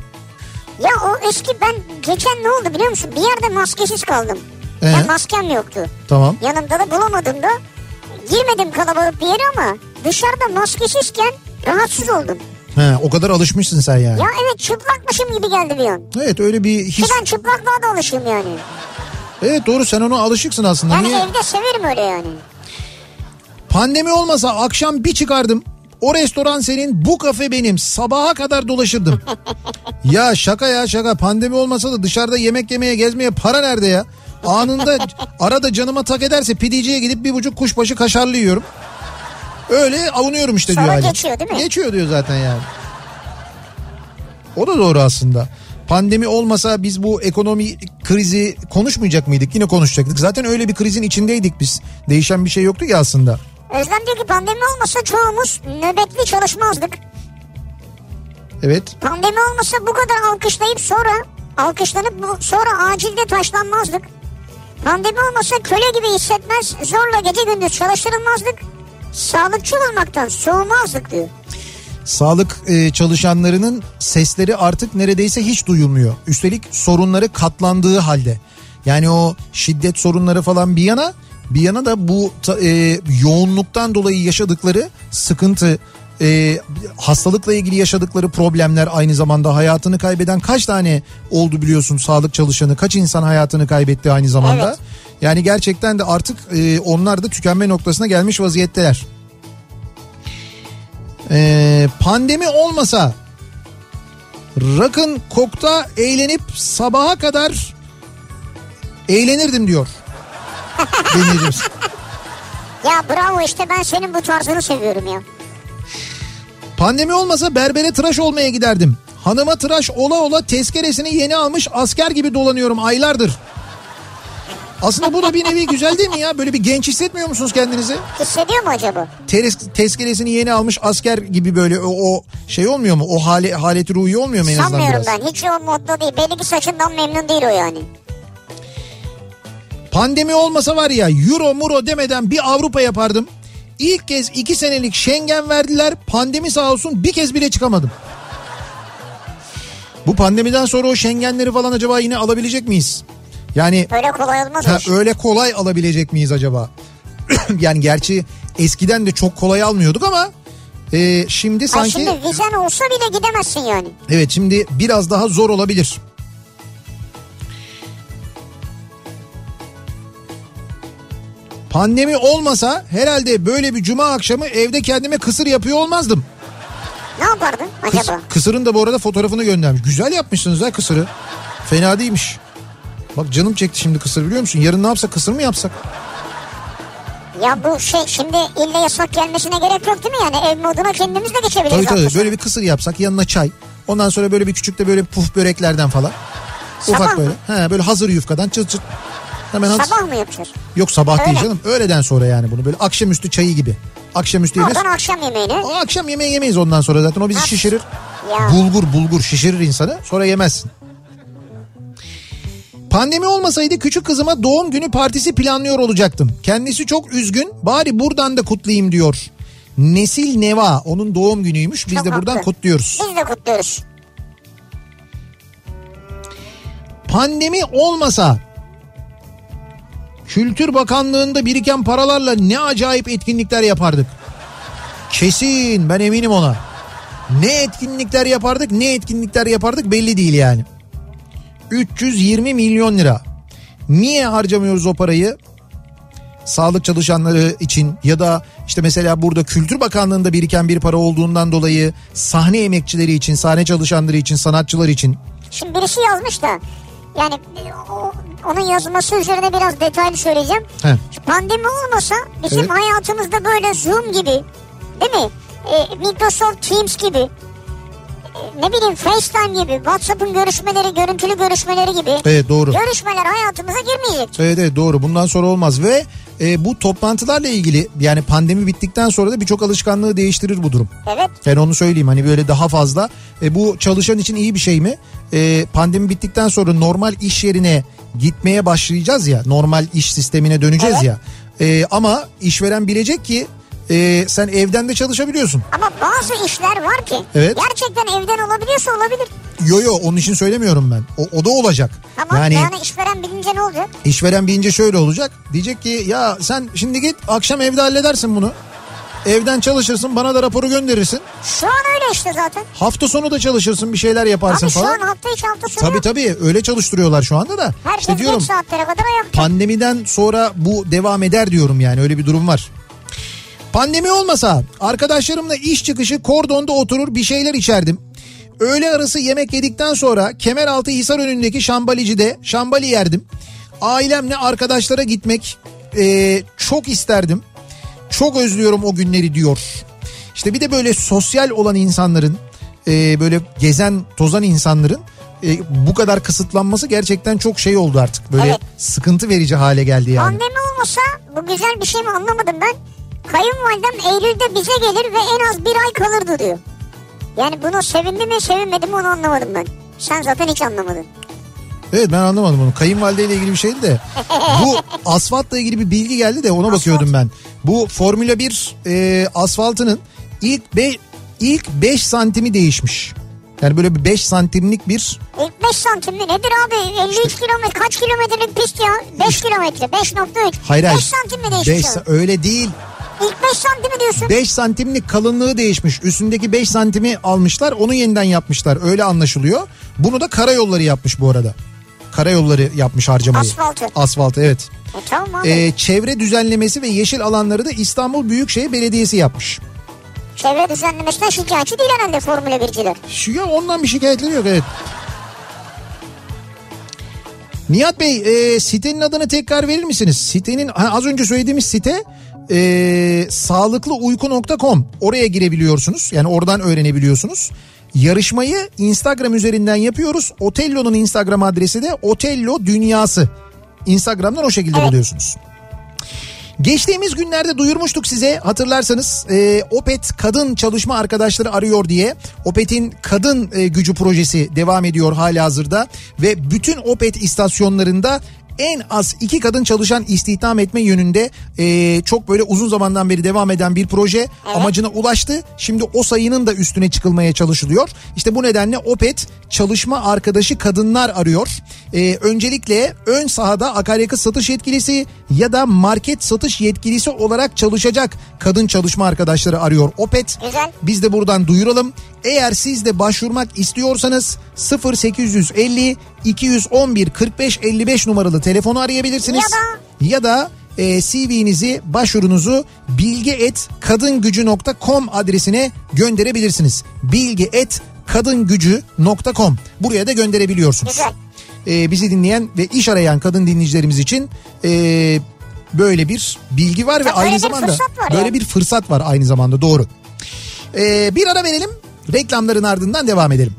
[SPEAKER 3] Ya o eski ben geçen ne oldu biliyor musun? Bir yerde maskesiz kaldım.
[SPEAKER 1] Ee?
[SPEAKER 3] Ya maskem yoktu.
[SPEAKER 1] Tamam.
[SPEAKER 3] Yanımda da bulamadım da. Girmedim kalabalık bir yere ama dışarıda maskesizken rahatsız oldum.
[SPEAKER 1] He, o kadar alışmışsın sen yani.
[SPEAKER 3] Ya evet çıplakmışım gibi geldi bir an.
[SPEAKER 1] Evet öyle bir his.
[SPEAKER 3] Ki ben çıplaklığa da alışığım yani.
[SPEAKER 1] Evet doğru sen ona alışıksın aslında.
[SPEAKER 3] Yani
[SPEAKER 1] Niye?
[SPEAKER 3] evde severim öyle yani.
[SPEAKER 1] Pandemi olmasa akşam bir çıkardım. O restoran senin, bu kafe benim. Sabaha kadar dolaşırdım. ya şaka ya şaka. Pandemi olmasa da dışarıda yemek yemeye, gezmeye para nerede ya? Anında arada canıma tak ederse pidiciye gidip bir buçuk kuşbaşı kaşarlı yiyorum. Öyle avunuyorum işte
[SPEAKER 3] Sonra
[SPEAKER 1] diyor Ali.
[SPEAKER 3] geçiyor değil mi?
[SPEAKER 1] Geçiyor diyor zaten yani. O da doğru aslında. Pandemi olmasa biz bu ekonomi krizi konuşmayacak mıydık? Yine konuşacaktık. Zaten öyle bir krizin içindeydik biz. Değişen bir şey yoktu ya aslında.
[SPEAKER 3] Özlem diyor ki pandemi olmasa çoğumuz nöbetli çalışmazdık.
[SPEAKER 1] Evet.
[SPEAKER 3] Pandemi olmasa bu kadar alkışlayıp sonra alkışlanıp bu- sonra acilde taşlanmazdık. Pandemi olmasa köle gibi hissetmez, zorla gece gündüz çalıştırılmazdık. Sağlıkçı olmaktan soğumazdık diyor.
[SPEAKER 1] Sağlık e, çalışanlarının sesleri artık neredeyse hiç duyulmuyor. Üstelik sorunları katlandığı halde. Yani o şiddet sorunları falan bir yana bir yana da bu ta- e, yoğunluktan dolayı yaşadıkları sıkıntı e, hastalıkla ilgili yaşadıkları problemler aynı zamanda hayatını kaybeden kaç tane oldu biliyorsun sağlık çalışanı kaç insan hayatını kaybetti aynı zamanda.
[SPEAKER 3] Evet.
[SPEAKER 1] Yani gerçekten de artık e, onlar da tükenme noktasına gelmiş vaziyetteler. Ee, pandemi olmasa rakın kokta eğlenip sabaha kadar eğlenirdim diyor. Dinleyicimiz.
[SPEAKER 3] Ya bravo işte ben senin bu tarzını seviyorum ya.
[SPEAKER 1] Pandemi olmasa berbere tıraş olmaya giderdim. Hanıma tıraş ola ola tezkeresini yeni almış asker gibi dolanıyorum aylardır. Aslında bu da bir nevi güzel değil mi ya? Böyle bir genç hissetmiyor musunuz kendinizi?
[SPEAKER 3] Hissediyor mu acaba?
[SPEAKER 1] Teres, tezkeresini yeni almış asker gibi böyle o, o şey olmuyor mu? O hale, haleti ruhi olmuyor mu en azından
[SPEAKER 3] Sanmıyorum
[SPEAKER 1] biraz?
[SPEAKER 3] ben. Hiç o modda değil. Belli ki saçından memnun değil o yani.
[SPEAKER 1] Pandemi olmasa var ya euro muro demeden bir Avrupa yapardım. İlk kez iki senelik Schengen verdiler. Pandemi sağ olsun bir kez bile çıkamadım. Bu pandemiden sonra o Schengenleri falan acaba yine alabilecek miyiz? Yani
[SPEAKER 3] Öyle kolay olmaz. o
[SPEAKER 1] ha,
[SPEAKER 3] iş.
[SPEAKER 1] öyle kolay alabilecek miyiz acaba? yani gerçi eskiden de çok kolay almıyorduk ama Ee, şimdi
[SPEAKER 3] Ay
[SPEAKER 1] sanki
[SPEAKER 3] şimdi vizen olsa bile gidemezsin yani.
[SPEAKER 1] evet şimdi biraz daha zor olabilir. Pandemi olmasa herhalde böyle bir cuma akşamı evde kendime kısır yapıyor olmazdım.
[SPEAKER 3] Ne yapardın
[SPEAKER 1] Kıs-
[SPEAKER 3] acaba?
[SPEAKER 1] kısırın da bu arada fotoğrafını göndermiş. Güzel yapmışsınız ha kısırı. Fena değilmiş. Bak canım çekti şimdi kısır biliyor musun? Yarın ne yapsak kısır mı yapsak?
[SPEAKER 3] Ya bu şey şimdi illa yasak gelmesine gerek yok değil mi yani? Ev moduna kendimiz de
[SPEAKER 1] Tabii
[SPEAKER 3] geçebiliriz.
[SPEAKER 1] tabii
[SPEAKER 3] haklısın.
[SPEAKER 1] böyle bir kısır yapsak yanına çay. Ondan sonra böyle bir küçük de böyle puf böreklerden falan.
[SPEAKER 3] Sabah
[SPEAKER 1] Ufak
[SPEAKER 3] mı?
[SPEAKER 1] böyle. He, böyle hazır yufkadan çıt çıt. Hemen hazır.
[SPEAKER 3] Sabah mı yapacağız?
[SPEAKER 1] Yok sabah değil
[SPEAKER 3] Öğlen.
[SPEAKER 1] canım. Öğleden sonra yani bunu böyle akşamüstü çayı gibi. Akşamüstü yeriz.
[SPEAKER 3] Oradan akşam yemeğini.
[SPEAKER 1] O akşam yemeği yemeyiz ondan sonra zaten o bizi
[SPEAKER 3] Ha.
[SPEAKER 1] şişirir.
[SPEAKER 3] Ya.
[SPEAKER 1] Bulgur bulgur şişirir insanı sonra yemezsin. Pandemi olmasaydı küçük kızıma doğum günü partisi planlıyor olacaktım. Kendisi çok üzgün bari buradan da kutlayayım diyor. Nesil Neva onun doğum günüymüş biz
[SPEAKER 3] Çok
[SPEAKER 1] de buradan
[SPEAKER 3] haklı.
[SPEAKER 1] kutluyoruz.
[SPEAKER 3] Biz de kutluyoruz.
[SPEAKER 1] Pandemi olmasa Kültür Bakanlığı'nda biriken paralarla ne acayip etkinlikler yapardık. Kesin ben eminim ona. Ne etkinlikler yapardık ne etkinlikler yapardık belli değil yani. 320 milyon lira. Niye harcamıyoruz o parayı? Sağlık çalışanları için ya da işte mesela burada Kültür Bakanlığı'nda biriken bir para olduğundan dolayı sahne emekçileri için, sahne çalışanları için, sanatçılar için
[SPEAKER 3] Şimdi birisi yazmış da yani o- onun yazması üzerine biraz detaylı söyleyeceğim.
[SPEAKER 1] He.
[SPEAKER 3] Pandemi olmasa bizim
[SPEAKER 1] Evet.
[SPEAKER 3] hayatımızda böyle Zoom gibi değil mi? E, Microsoft Teams gibi e, ne bileyim FaceTime gibi WhatsApp'ın görüşmeleri, görüntülü görüşmeleri gibi
[SPEAKER 1] Evet, doğru.
[SPEAKER 3] görüşmeler hayatımıza girmeyecek.
[SPEAKER 1] Evet evet doğru bundan sonra olmaz ve e, bu toplantılarla ilgili yani pandemi bittikten sonra da birçok alışkanlığı değiştirir bu durum.
[SPEAKER 3] Evet.
[SPEAKER 1] Yani onu söyleyeyim hani böyle daha fazla e, bu çalışan için iyi bir şey mi? E, pandemi bittikten sonra normal iş yerine gitmeye başlayacağız ya normal iş sistemine döneceğiz
[SPEAKER 3] Evet.
[SPEAKER 1] ya E, ama işveren bilecek ki e, sen evden de çalışabiliyorsun.
[SPEAKER 3] Ama bazı işler var ki
[SPEAKER 1] Evet.
[SPEAKER 3] gerçekten evden olabiliyorsa olabilir.
[SPEAKER 1] Yo yo onun için söylemiyorum ben o, o da olacak.
[SPEAKER 3] Ama yani, yani işveren bilince ne olacak?
[SPEAKER 1] İşveren bilince şöyle olacak. Diyecek ki ya sen şimdi git akşam evde halledersin bunu. Evden çalışırsın bana da raporu gönderirsin.
[SPEAKER 3] Şu an öyle işte zaten.
[SPEAKER 1] Hafta sonu da çalışırsın bir şeyler yaparsın
[SPEAKER 3] Abi şu
[SPEAKER 1] falan.
[SPEAKER 3] an hafta içi hafta sonu
[SPEAKER 1] Tabii
[SPEAKER 3] yok.
[SPEAKER 1] tabii öyle çalıştırıyorlar şu anda da.
[SPEAKER 3] Herkes
[SPEAKER 1] İşte diyorum
[SPEAKER 3] geç saatlere kadar ayakta.
[SPEAKER 1] pandemiden sonra bu devam eder diyorum yani öyle bir durum var. Pandemi olmasa arkadaşlarımla iş çıkışı kordonda oturur bir şeyler içerdim. Öğle arası yemek yedikten sonra Kemeraltı Hisar önündeki şambalicide şambali yerdim. Ailemle arkadaşlara gitmek eee, çok isterdim. Çok özlüyorum o günleri diyor. İşte bir de böyle sosyal olan insanların eee, böyle gezen tozan insanların eee, bu kadar kısıtlanması gerçekten çok şey oldu artık. Böyle
[SPEAKER 3] Evet.
[SPEAKER 1] sıkıntı verici hale geldi yani.
[SPEAKER 3] Pandemi olmasa bu güzel bir şey mi anlamadım ben. Kayınvalidem Eylül'de bize gelir ve en az bir ay kalırdı diyor. Yani bunu sevindi mi sevinmedi mi onu anlamadım ben. Sen zaten hiç anlamadın.
[SPEAKER 1] Evet ben anlamadım onu. Kayınvalideyle ilgili bir şeydi de. Bu asfaltla ilgili bir bilgi geldi de ona bakıyordum ben. Bu Formula 1 e, asfaltının ilk be, ilk 5 santimi değişmiş. Yani böyle bir 5 santimlik bir
[SPEAKER 3] İlk 5 santim mi nedir abi? 53 kilometre kaç kilometrelik pist ya? 5 kilometre 5.3.
[SPEAKER 1] hayır hayır.
[SPEAKER 3] 5 santim mi
[SPEAKER 1] Beş
[SPEAKER 3] değişmiş?
[SPEAKER 1] sa- öyle değil.
[SPEAKER 3] İlk 5 santim mi diyorsun?
[SPEAKER 1] 5 santimlik kalınlığı değişmiş. Üstündeki 5 santimi almışlar. Onu yeniden yapmışlar. Öyle anlaşılıyor. Bunu da karayolları yapmış bu arada. Karayolları yapmış harcamayı.
[SPEAKER 3] Asfaltı.
[SPEAKER 1] Asfaltı evet.
[SPEAKER 3] E, tamam abi.
[SPEAKER 1] Ee, çevre düzenlemesi ve yeşil alanları da İstanbul Büyükşehir Belediyesi yapmış.
[SPEAKER 3] Çevre düzenlemesinden şikayetçi değil herhalde Formula 1'ciler.
[SPEAKER 1] Şu ya ondan bir şikayetleri yok evet. Nihat Bey e, sitenin adını tekrar verir misiniz? Sitenin ha, az önce söylediğimiz site e, sağlıklıuyku.com oraya girebiliyorsunuz. Yani oradan öğrenebiliyorsunuz. Yarışmayı Instagram üzerinden yapıyoruz. Otello'nun Instagram adresi de Otello Dünyası. Instagram'dan o şekilde buluyorsunuz. Geçtiğimiz günlerde duyurmuştuk size hatırlarsanız e, Opet kadın çalışma arkadaşları arıyor diye. Opet'in kadın e, gücü projesi devam ediyor hala hazırda ve bütün Opet istasyonlarında en az iki kadın çalışan istihdam etme yönünde e, çok böyle uzun zamandan beri devam eden bir proje amacına ulaştı. Şimdi o sayının da üstüne çıkılmaya çalışılıyor. İşte bu nedenle Opet çalışma arkadaşı kadınlar arıyor. e, öncelikle ön sahada akaryakıt satış yetkilisi ya da market satış yetkilisi olarak çalışacak kadın çalışma arkadaşları arıyor OPET.
[SPEAKER 3] Güzel.
[SPEAKER 1] Biz de buradan duyuralım. Eğer siz de başvurmak istiyorsanız 0850 211 45 55 numaralı telefonu arayabilirsiniz. Ya da, e, CV'nizi, başvurunuzu bilgi@kadingucu.com adresine gönderebilirsiniz. bilgi@kadingucu.com Buraya da gönderebiliyorsunuz.
[SPEAKER 3] Güzel.
[SPEAKER 1] E, bizi dinleyen ve iş arayan kadın dinleyicilerimiz için e, böyle bir bilgi var ve
[SPEAKER 3] Tabii
[SPEAKER 1] aynı
[SPEAKER 3] böyle bir
[SPEAKER 1] zamanda
[SPEAKER 3] fırsat var
[SPEAKER 1] böyle
[SPEAKER 3] yani.
[SPEAKER 1] bir fırsat var aynı zamanda doğru. E, bir ara verelim. Reklamların ardından devam edelim.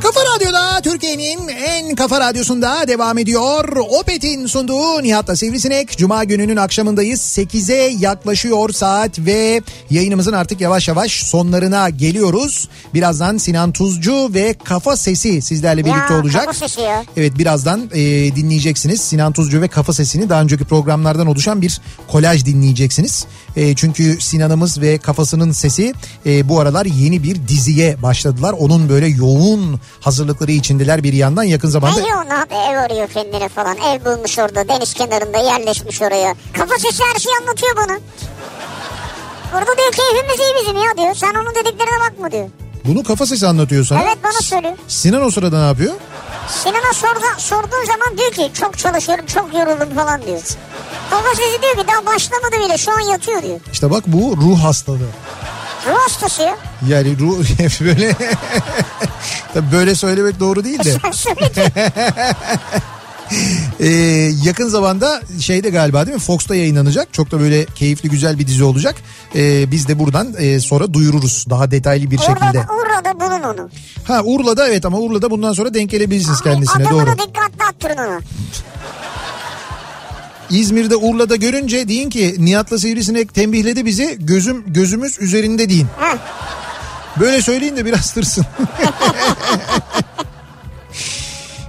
[SPEAKER 1] Kafa Radyo'da Türkiye'nin en kafa radyosunda devam ediyor. Opet'in sunduğu Nihat'la Sivrisinek. Cuma gününün akşamındayız. 8'e yaklaşıyor saat ve yayınımızın artık yavaş yavaş sonlarına geliyoruz. Birazdan Sinan Tuzcu ve Kafa Sesi sizlerle birlikte
[SPEAKER 3] Ya,
[SPEAKER 1] olacak.
[SPEAKER 3] kafa sesi ya.
[SPEAKER 1] Evet birazdan e, dinleyeceksiniz. Sinan Tuzcu ve Kafa Sesini daha önceki programlardan oluşan bir kolaj dinleyeceksiniz. E, çünkü Sinan'ımız ve Kafasının Sesi e, bu aralar yeni bir diziye başladılar. Onun böyle yoğun hazırlıkları içindeler bir yandan yakın zamanda.
[SPEAKER 3] Hayır o ne yapıyor? Ev arıyor kendine falan. Ev bulmuş orada. Deniz kenarında yerleşmiş oraya. Kafa sesi her şeyi anlatıyor bana. Orada diyor keyfimiz iyi bizim ya diyor. Sen onun dediklerine bakma diyor.
[SPEAKER 1] Bunu Kafa Sesi anlatıyor sana.
[SPEAKER 3] Evet bana söylüyor.
[SPEAKER 1] Sinan o sırada ne yapıyor?
[SPEAKER 3] Sinan'a sordu, sorduğun zaman diyor ki çok çalışıyorum çok yoruldum falan diyor. Kafa sesi diyor ki daha başlamadı bile şu an yatıyor diyor.
[SPEAKER 1] İşte bak bu ruh hastalığı.
[SPEAKER 3] Ruh hastası ya.
[SPEAKER 1] Yani ruh böyle Tabii böyle söylemek doğru değil de.
[SPEAKER 3] Sen söyle.
[SPEAKER 1] Ee, yakın zamanda şeyde galiba değil mi Fox'ta yayınlanacak. Çok da böyle keyifli güzel bir dizi olacak. Ee, biz de buradan e, sonra duyururuz daha detaylı bir şekilde.
[SPEAKER 3] Urla'da, Urla'da bulun onu.
[SPEAKER 1] Ha Urla'da evet ama Urla'da bundan sonra denk gelebilirsiniz
[SPEAKER 3] Ay,
[SPEAKER 1] kendisine
[SPEAKER 3] adamına
[SPEAKER 1] doğru.
[SPEAKER 3] dikkatli attırın onu.
[SPEAKER 1] İzmir'de Urla'da görünce deyin ki Nihat'la Sivrisinek tembihledi bizi gözüm gözümüz üzerinde deyin.
[SPEAKER 3] Heh.
[SPEAKER 1] Böyle söyleyin de biraz tırsın.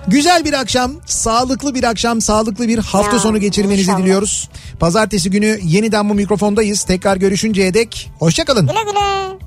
[SPEAKER 1] Güzel bir akşam, sağlıklı bir akşam, sağlıklı bir hafta
[SPEAKER 3] Ya,
[SPEAKER 1] sonu geçirmenizi
[SPEAKER 3] inşallah.
[SPEAKER 1] diliyoruz. Pazartesi günü yeniden bu mikrofondayız. Tekrar görüşünceye dek hoşçakalın.
[SPEAKER 3] Güle güle.